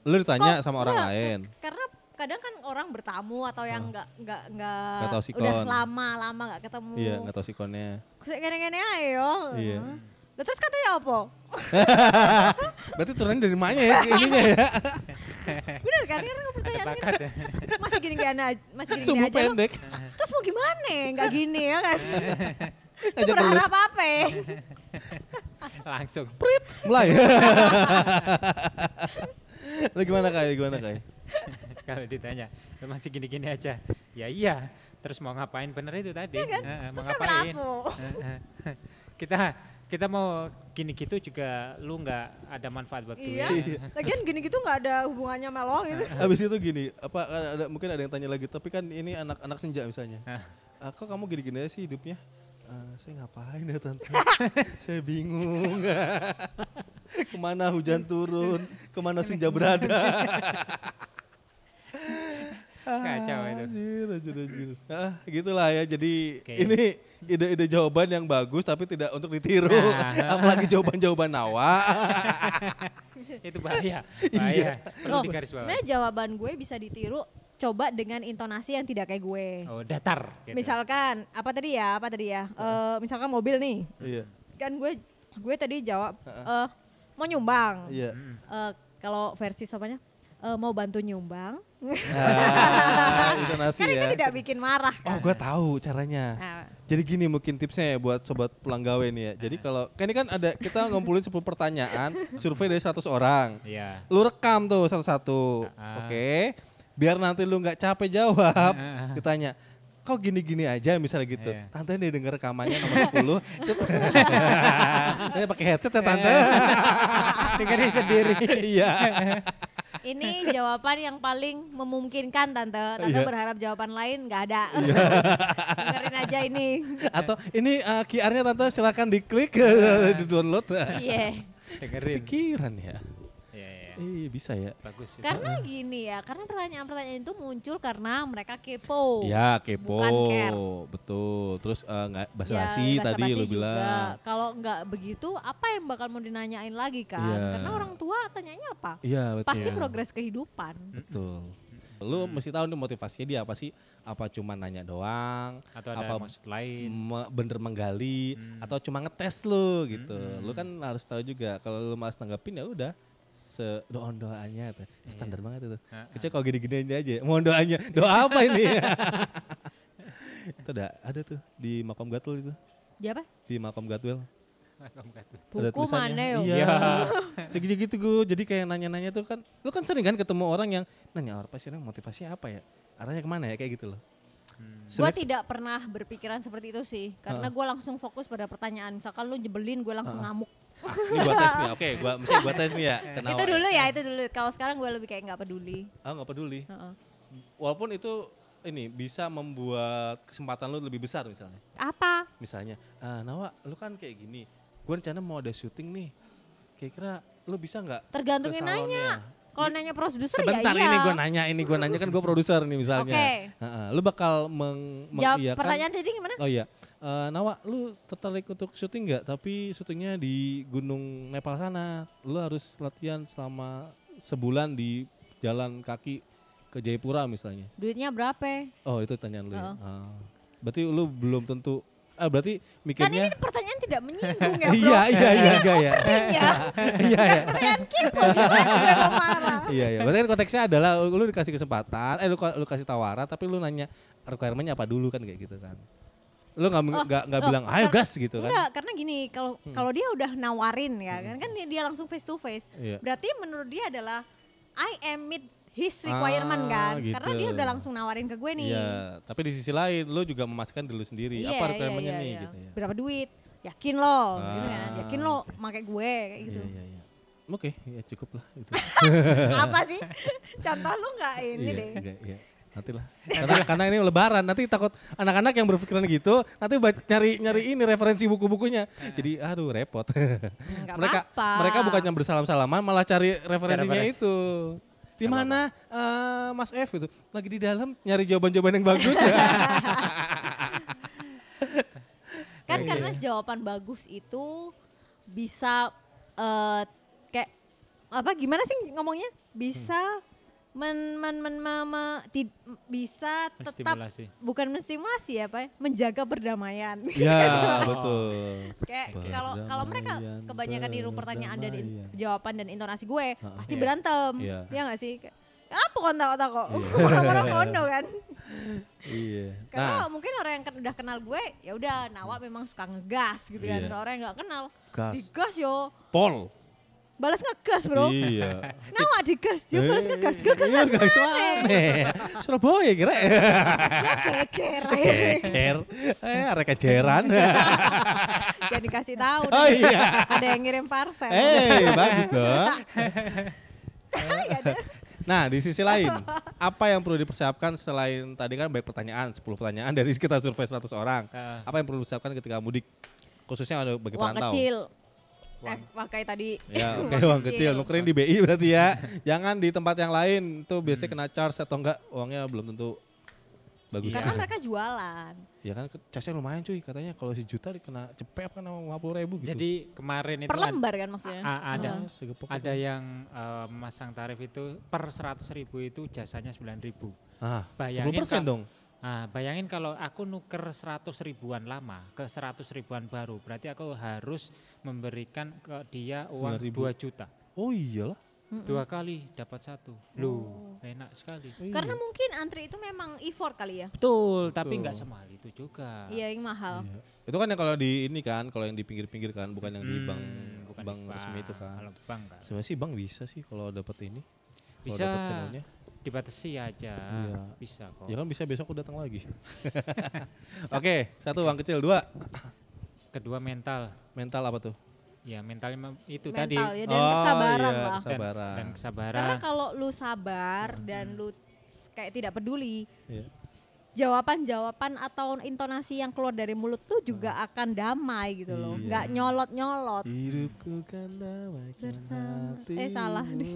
lu ditanya kok- sama orang oh, enggak, lain. ka- karena kadang kan orang bertamu atau yang nggak nggak Nggak nggak tahu udah sikon. lama-lama nggak ketemu Iya, nggak tahu sikonnya. Kusik gini-gini ayo. Iya. Lah terus katanya apa? Eh, Berarti turunnya dari maknya ya, ininya ya. Bener kan? Karena nggak Ada pertanyaan ini bakat ya. masih gini-gini aja, masih gini-gini Sumbu aja. Emang- pendek. Terus mau gimana? Nggak gini ya kan? Lu Ngajak lu berharap apa? ya? Iya. Langsung. mulai. lu gimana kayak gimana kayak? kalau ditanya "Lu masih gini-gini aja ya iya terus mau ngapain bener itu tadi Iya kan? Eh, eh, mau Terus kenapa ngapain aku? Eh, eh. kita kita mau gini gitu juga lu nggak ada manfaat buat gue Iya. Lagian gini gitu nggak ada hubungannya sama lo gitu. Habis itu gini, apa ada, mungkin ada yang tanya lagi, tapi kan ini anak-anak senja misalnya. Hah. Ah, kok kamu gini-gini aja sih hidupnya? "Ah, saya ngapain ya tante? saya bingung. kemana hujan turun, kemana senja berada. Anjir, anjir, anjir. Ah, gitulah ya. Jadi Oke. ini ide-ide jawaban yang bagus tapi tidak untuk ditiru. Nah. Apalagi jawaban-jawaban nawa. itu bahaya bahaya perlu Iya. Loh, digarisbawahi Sebenarnya jawaban gue bisa ditiru coba dengan intonasi yang tidak kayak gue. oh datar gitu. Misalkan apa tadi ya? Apa tadi ya? Eh, misalkan mobil nih. Iya. Kan gue gue tadi jawab eh, mau nyumbang. Iya. Hmm. Eh, kalau versi sopanya eh, mau bantu nyumbang. Ah, intonasi kan itu ya. tidak bikin marah Oh, kan. gue tahu caranya. Ah. Nah, Jadi gini mungkin tipsnya ya buat sobat pulang gawe nih ya. Jadi kalau kan ini kan ada kita ngumpulin 10 pertanyaan, survei dari 100 orang. Iya. Lu rekam tuh satu-satu. Ah. Oke. Biar nanti lu nggak capek jawab. Ah. Ditanya, kok gini-gini aja misalnya gitu. Iya. Tante nih denger rekamannya nomor 10. Tut. Ini pakai headset Eh. ya tante. dengerin sendiri Iya. ini jawaban yang paling memungkinkan tante. Tante Iya. berharap jawaban lain nggak ada. Dengerin aja ini. Atau ini uh, QR-nya tante silakan diklik, Ah. di download. Iya. dengerin Pikiran ya. Iya, iya. Eh bisa ya. bagus itu. Karena gini ya, karena pertanyaan-pertanyaan itu muncul karena mereka kepo. Ya kepo, Bukan care. betul. Terus eh, nggak basa Ya, basi tadi basa-basi lu juga. bilang. Kalau nggak begitu, apa yang bakal mau dinanyain lagi kan? Iya. Karena orang tua tanyanya apa? Iya betul. Pasti Iya. progres kehidupan. Betul. Lu mesti tahu nih motivasinya dia apa sih? Apa cuma nanya doang? atau ada Mm. apa maksud lain me- bener menggali? Atau cuma ngetes lu gitu? Lu kan harus tahu juga. Kalau lu malas tanggapin ya udah se doon doanya tuh. Eh, Iya. standar banget itu. Kecil kalau gini-gini aja, mohon doanya. Doa apa ini? itu udah ada tuh di makam Gatul itu, Ya apa? di makam Gatwell. Hmm. Ada Buku tulisannya. mana yo? Iya. Segitu gitu gue. Jadi kayak nanya-nanya tuh kan. Lu kan sering kan ketemu orang yang nanya "Oh, orang pasien motivasinya apa ya? Arahnya kemana ya kayak gitu loh. Gue Sering- tidak pernah berpikiran seperti itu sih, karena gue langsung fokus pada pertanyaan. Misalkan lu jebelin, gue langsung ngamuk. Ah, ini gua tes nih. Oke, gua mesti gua tes nih ya. Kenapa? Itu dulu ya, itu dulu. Kalau sekarang gue lebih kayak nggak peduli. Ah, nggak peduli. Heeh. Walaupun itu ini bisa membuat kesempatan lu lebih besar misalnya. Apa? Misalnya, ah, Nawa, lu kan kayak gini. Gue rencana mau ada syuting nih. Kira-kira lu bisa nggak? ke Tergantung yang nanya. salonnya? Iya. Kalau nanya produser Sebentar ya iya. ini gue nanya, ini gue nanya kan gue produser nih misalnya. Oke. Heeh, lu bakal meng Jawab mengiyakan- pertanyaan tadi gimana? Oh iya. Eh, Nawa, lu tertarik untuk syuting nggak? Tapi syutingnya di Gunung Nepal sana. Lu harus latihan selama sebulan di jalan kaki ke Jayapura misalnya. Duitnya berapa? Oh itu tanyaan lu. ya? Ah. berarti lu belum tentu. Ah berarti Kan ini mikirnya. pertanyaan tidak menyinggung ya bro. iya iya iya enggak ya. ya. Iya iya. Pertanyaan kepo gimana gue mau kan marah. Iya iya. Berarti kan konteksnya adalah lu lu dikasih kesempatan, eh lu, lu kasih tawaran tapi lu nanya requirement-nya apa dulu kan kayak gitu kan. Lu nggak Oh, nggak nggak loh, bilang ayo kar- gas gitu kan. Hmm. Enggak, karena gini, kalau kalau dia udah nawarin ya kan, kan dia, dia langsung face to face. Iya. Berarti menurut dia adalah I am meet his Ah, requirement kan, karena gitu. dia udah langsung nawarin ke gue nih. Iya, tapi di sisi lain lu juga memastikan diri lu sendiri Iya, apa iya, requirement-nya iya, nih iya. gitu ya. Berapa duit? Yakin lo, gitu kan. Ah, Yakin lo oke. pakai gue kayak gitu. Iya iya iya. Oke, ya cukup lah gitu. Apa sih? Contoh lu enggak ini iya, deh. iya, iya. Nanti lah. Karena, karena ini lebaran, nanti takut anak-anak yang berpikiran gitu, nanti buat nyari nyari ini referensi buku-bukunya. Jadi aduh repot. Enggak mereka Nah. apa-apa. mereka bukannya bersalam-salaman malah cari referensinya referensi. itu. Di mana eh, Mas F itu lagi di dalam nyari jawaban-jawaban yang bagus ya. Kan Iya, karena jawaban bagus itu bisa eh, kayak apa gimana sih ngomongnya? Bisa men men men me- me- ti- bisa tetap Menstimulasi. bukan menstimulasi ya, Pak, menjaga perdamaian. ya, Gitu. betul. kayak Oke. kalau kalau mereka Perdamaian, kebanyakan niru pertanyaan dan in- perdamaian. jawaban dan intonasi gue, Ha-ha. pasti Iya. berantem. Iya. Ya enggak sih? Kayak, Apa kontak-kontak kok? Orang-orang kono kan. Iya. Karena mungkin orang yang ken- udah kenal gue, ya udah Nawa memang suka ngegas gitu kan. Iya. Orang yang nggak kenal, Gas. digas yo, Pol. balas ngegas bro. Iya. Nawa digas, dia balas ngegas, gue Iya, ngegas ngegas maneh. Surabaya kira. ya keker. Keker. Eh, arek kejeran. Jangan dikasih tahu. Oh nanti iya. Ada yang ngirim parcel. Eh, bagus dong. Nggak ada. Nah, di sisi lain, apa yang perlu dipersiapkan selain tadi kan banyak pertanyaan, 10 pertanyaan dari sekitar survei 100 orang. Heeh. Apa yang perlu disiapkan ketika mudik? Khususnya ada bagi Uang perantau. kecil. F pakai Eh, tadi. Ya, oke uang kecil. Nukerin di BI berarti ya. Jangan di tempat yang lain. Itu biasanya kena charge atau enggak uangnya belum tentu Bagus. Karena juga. mereka jualan. Ya kan ke- casnya lumayan cuy katanya kalau sejuta dikena cepet kan sama 50 ribu gitu. Jadi kemarin itu Per ad- lembar kan maksudnya. a- ada Ah, segepok ada itu. yang eh, masang tarif itu per 100 ribu itu jasanya 9 ribu. Ah, bayangin 10% Kak. dong. Ah, bayangin kalau aku nuker 100 ribuan lama ke 100 ribuan baru, berarti aku harus memberikan ke dia uang 2 9.000. juta. Oh iyalah. Dua kali dapat satu. Lu, Oh. enak sekali. Karena mungkin antri itu memang effort kali ya. Betul, tapi nggak semahal itu juga. Iya yang mahal. Iya. Itu kan yang kalau di ini kan, kalau yang di pinggir-pinggir kan, bukan yang Hmm, di bank bukan di bank resmi itu kan. Kalau bank nggak. Sebenarnya sih bank bisa sih kalau dapat ini. Kalau Bisa. dapat channelnya. Dibatasi aja. Iya. Bisa kok. Ya kan bisa besok aku datang lagi. Oke, satu uang kecil, dua Kedua mental. mental apa tuh? Ya, mentalnya mem- itu tadi. Mental ya dan Oh, iya, kesabaran lah. Dan- kesabaran. Dan, kesabaran. Karena kan- kalau lu sabar Hmm, dan lu s- kayak tidak peduli, Iya. jawaban-jawaban atau intonasi yang keluar dari mulut tuh juga Hmm. akan damai gitu loh. Iya. Nggak nyolot-nyolot. Iya, Hidupku kan damai Bersama- eh, salah nih.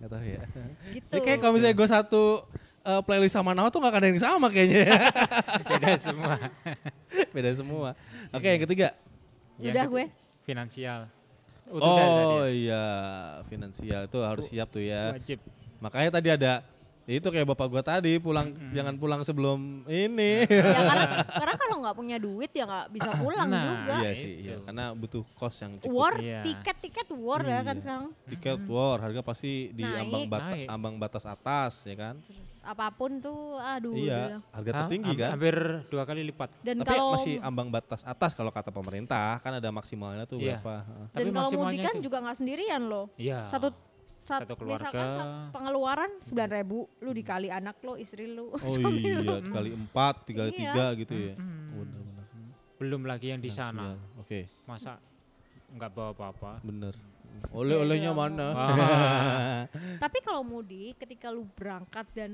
Gak tau ya. Gitu. Ini kayak kalau misalnya gue satu eh, playlist sama Nawa tuh gak akan ada yang sama kayaknya. ya. Beda semua. Beda semua. Oke yang ketiga. Yang Udah keti- gue. Ya, gitu. Finansial. Udah Oh tadi. iya finansial itu harus siap tuh ya. Wajib. Makanya tadi ada ya itu kayak bapak gua tadi pulang jangan pulang sebelum ini. Ya karena karena kalau nggak punya duit ya nggak bisa pulang Nah, juga. iya itu. sih, iya. karena butuh kos yang cukup. War, Iya. tiket-tiket war ya kan sekarang. Tiket war harga pasti di Naik. ambang bata- Naik. ambang batas atas ya kan. Terus apapun tuh aduh. Iya, udah. harga Ha- tertinggi ham- kan. Hampir dua kali lipat. Dan Tapi kalau masih ambang batas atas kalau kata pemerintah kan ada maksimalnya tuh Iya. berapa. Heeh. dan Tapi kalau maksimalnya mudik kan itu. juga nggak sendirian loh. Iya. Satu sat- Satu keluarga. Hmm. misalkan sat- pengeluaran 9.000 lu dikali anak lo, istri lu. Oh iya, kali empat, tiga kali tiga gitu ya. Bener, bener. Belum lagi yang di sana. Finansial. Oke, Masa nggak bawa apa-apa. bener. Oleh-olehnya mana? Tapi kalau mudik ketika lu berangkat dan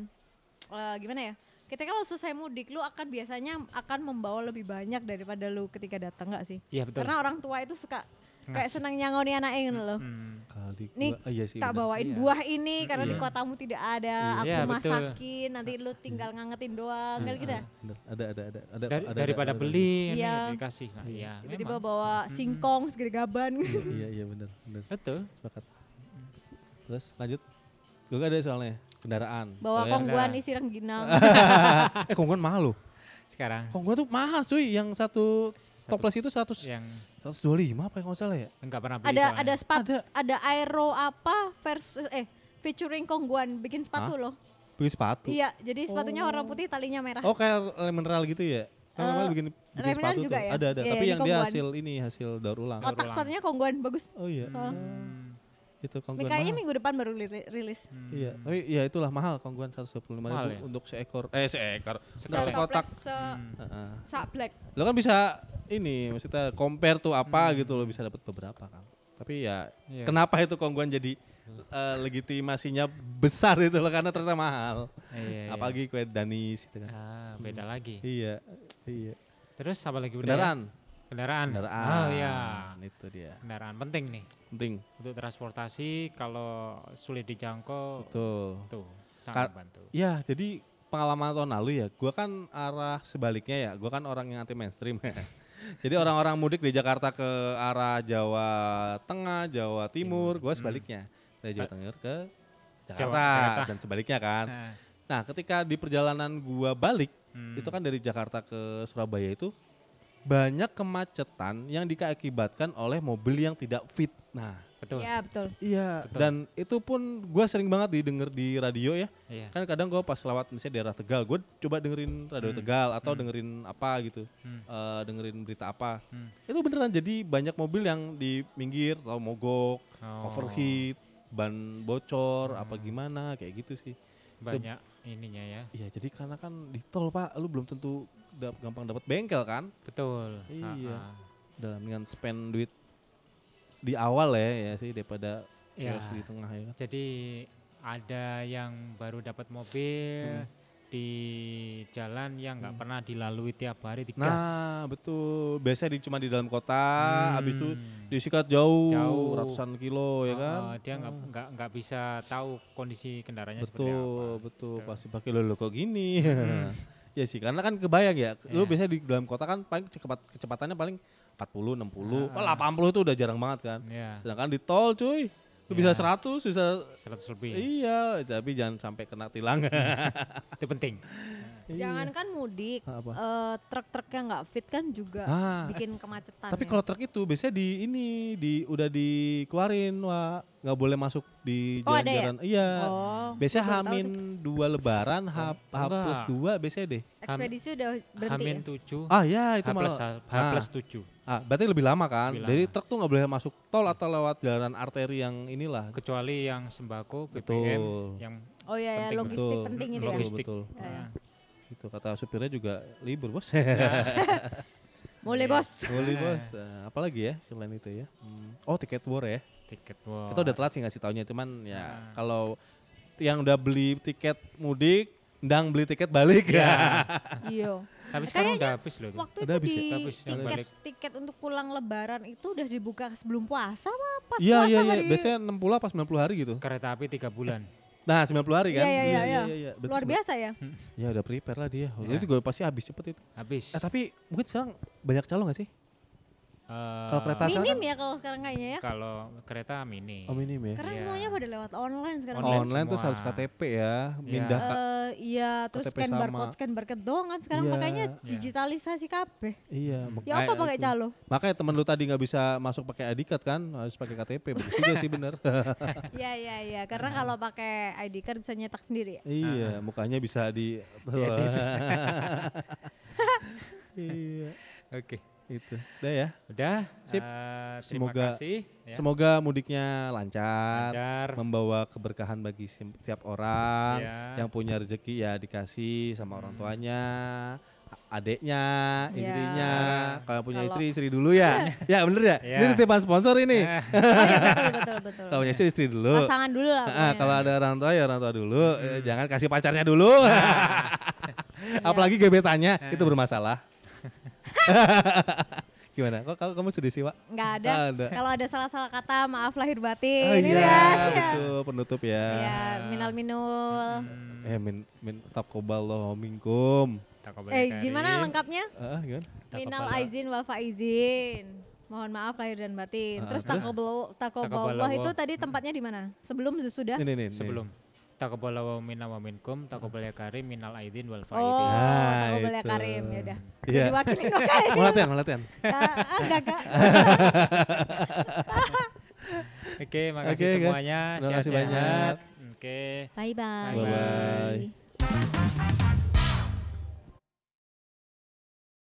eh, gimana ya? Ketika lu selesai mudik lu akan biasanya akan membawa lebih banyak daripada lu ketika datang nggak sih? Iya betul. Karena orang tua itu suka kayak Ngasih. seneng nyangoni anaknya gitu loh. Hmm. Kali Nih, gua- ah, iya sih. tak bener. bawain Iya. buah ini karena di kotamu tidak ada. Iya, aku betul. masakin, nanti lu tinggal ngangetin doang, kan gitu. ya. Bener, Ada, ada, ada, ada, Dari- ada- ada- daripada ada- beli ini Iya. dikasih. Nah, Oh, iya. Tiba-tiba memang. bawa singkong segede gaban. ada. Iya, iya bener, bener. Betul. Sepakat. Terus lanjut. Gue ada soalnya kendaraan. bawa ya Soalnya- kongguan isi rengginang. eh kongguan mahal loh. Sekarang Kongguan tuh mahal cuy, yang satu, toples itu 100 Iya. yang 125 apa yang nggak salah ya? enggak pernah beli ada soalnya. ada sepatu, Ada. ada. aero apa versus eh featuring kongguan bikin sepatu loh. Beli sepatu. Iya, jadi sepatunya warna putih, talinya merah. Oh kayak le- mineral gitu ya? Kan Eh, mineral bikin, bikin mineral sepatu juga tuh. ya? Ada ada. Iya, Tapi iya, yang di dia Kongguan. hasil ini hasil daur ulang. Kotak ulang. sepatunya kongguan bagus. Oh iya. Hmm. Itu Mi- kongguan Kayaknya mahal. minggu depan baru li- rilis. Iya. Tapi ya itulah mahal kongguan 125 Mahal ribu ya? untuk seekor eh seekor untuk Kalau Se- sekotak. toples, se Heeh. sak black. Lo kan bisa ini maksudnya compare tuh apa gitu lo bisa dapat beberapa kan. Tapi ya Hmm. Iya. kenapa itu kongguan jadi eh, legitimasinya besar itu loh karena ternyata mahal. Iya, iya. Apalagi kue danis gitu kan. Ah, beda lagi. Iya. Iya. Terus apa lagi budaya? Kendaraan. Kendaraan. Kendaraan. Oh ya? Ah, iya. Itu dia. Kendaraan penting nih Penting. untuk transportasi kalau sulit dijangkau Betul. tuh sangat Kar- bantu. Ya, jadi pengalaman tahun lalu ya, gua kan arah sebaliknya ya, gua kan orang yang anti mainstream. jadi orang-orang mudik dari Jakarta ke arah Jawa Tengah, Jawa Timur, gua sebaliknya dari Jawa Tengah ke Jakarta, Jakarta. dan sebaliknya kan. Nah, Nah, ketika di perjalanan gua balik, Hmm. itu kan dari Jakarta ke Surabaya itu banyak kemacetan yang diakibatkan oleh mobil yang tidak fit. Nah, betul. Iya, betul. Iya, Betul. dan itu pun gue sering banget didengar di radio ya. Iya. Kan kadang gue pas lewat misalnya daerah Tegal, gue coba dengerin radio Tegal atau dengerin apa gitu, Hmm. eh, dengerin berita apa. Hmm. Itu beneran jadi banyak mobil yang di minggir atau mogok, Oh. Hmm. overheat, ban bocor, apa gimana kayak gitu sih. Banyak ininya ya. Iya, jadi karena kan di tol pak, lu belum tentu dap- gampang dapat bengkel kan, Betul. Ah, Iya. ah. dalam dengan spend duit di awal ya, ya sih daripada Ya. kios di tengah ya. kan. Jadi ada yang baru dapat mobil Hmm. di jalan yang nggak pernah dilalui tiap hari digas. Nah, betul. Biasanya di, cuma di dalam kota, habis itu Hmm. disikat jauh, Jauh. ratusan kilo ya Ah, kan. ah, dia nggak nggak nggak bisa tahu kondisi kendaraannya seperti apa. Hmm. betul, betul. Pasti pakai lolo kok gini. Ya sih, karena kan kebayang ya. Iya. Lu biasanya di dalam kota kan paling kecepat, kecepatannya paling 40, 60, Ah. 80 itu udah jarang banget kan. Iya. Sedangkan di tol cuy, lu Iya. bisa 100, bisa 100 lebih. Iya, tapi jangan sampai kena tilang. Itu penting. Jangankan mudik, Iya. Ah, Apa? eh, truk-truknya nggak fit kan juga Ah, bikin kemacetan. tapi ya. kalau truk itu biasanya di ini di udah dikeluarin wah nggak boleh masuk di Oh, ada ya? jalan-jalan. Iya. Oh, biasanya baru tahu hamin dua lebaran, H, H plus Oh, Enggak. dua biasanya deh. ekspedisi udah berhenti. Hamin ya? 7. Ah ya itu H plus, malah. H plus 7. Ah, berarti lebih lama kan? Lebih Jadi lama. truk tuh nggak boleh masuk tol atau lewat jalanan arteri yang inilah. gitu. Kecuali yang sembako, BBM, Betul. yang Oh iya, iya, Penting, logistik penting itu ya. Logistik. Betul, betul. Nah, Iya. Gitu, kata supirnya juga libur bos. Boleh Iya. bos. Boleh bos. Nah, apalagi ya selain itu ya? Hmm. Oh tiket war ya? tiket war. Kita udah telat sih ngasih taunya, cuman Ah. ya kalau yang udah beli tiket mudik, ndang beli tiket balik ya. Iya. Tapi sekarang udah habis loh tuh. Waktu Udah itu habis ya? di Udah habis, yang tiket balik. tiket untuk pulang lebaran itu udah dibuka sebelum puasa apa pas Iya puasa iya iya, hari? biasanya 60 apa 90 hari gitu. Kereta api 3 bulan. Nah, 90 hari kan? Iya, iya, iya, iya. Berarti Luar sebe- biasa ya. Ya udah prepare lah dia. Iya. Itu juga pasti habis cepet itu. Habis. Eh tapi mungkin sekarang banyak calon gak sih? Eh, Kalau kereta sekarang Minim kan- ya kalau sekarang kayaknya ya. Kalau kereta mini. Oh minim ya. Karena Iya. semuanya pada lewat online sekarang. Online Online, terus semua. harus KTP ya, Eh, pindah ka- iya, terus KTP scan sama. barcode, scan barcode doang kan sekarang Iya. makanya Iya. digitalisasi kabeh. Iya. Ya apa makanya pakai itu. calo? Makanya temen lu tadi nggak bisa masuk pakai ID card kan, harus pakai KTP. Bagus juga sih bener. Iya, iya, iya. Karena kalau pakai ID card bisa nyetak sendiri ya. iya, mukanya bisa di. Diedit. iya, Oke. itu. Udah ya. Udah. eh, Sip. terima Semoga- kasih. ya. Semoga mudiknya lancar, Lancar. membawa keberkahan bagi sim- tiap orang. Iya. Yang punya rezeki ya Hmm. dikasih sama orang tuanya, a- adeknya, Iya. istrinya. Kalau yang punya Kalau- istri, istri dulu ya. ya bener ya. Iya. Ini titipan sponsor ini. Eh, Oh, iya, betul, betul, betul. Kalau punya istri, istri dulu. Pasangan dulu lah. Ah, ah, pokoknya. kalau ada orang tua ya orang tua dulu, Eh, jangan kasih pacarnya dulu. Apalagi gebetannya itu bermasalah. Gimana? Kok kau- kamu sedih sih, Wak? Nggak ada. Ada. Kalau ada salah-salah kata, maaf lahir batin. Oh Ini iya, ya. betul penutup ya. Iya, minal minul. Eh min min takoballahu minkum. Takobal Eh, Karim. gimana lengkapnya? Ah, gimana? Minal Takobal- aizin wal faizin. Mohon maaf lahir dan batin. Ah, Terus terus? takobel takoballah Takoballah. itu tadi tempatnya di mana? Iya. Sebelum sudah? Ini nih, nih. Sebelum. Takobala wa minna wa minkum, takobal ya karim, minal aidin wal Oh, faidin. takobel Ah, ya itu. Karim. Ya udah. Iya. Diwakilin dong kayak. Mau latihan, mau latihan. Ah, Enggak, enggak. Oke, Oke, makasih guys. semuanya. Terima kasih sehat-sehat. banyak. Oke. Bye-bye. Bye-bye.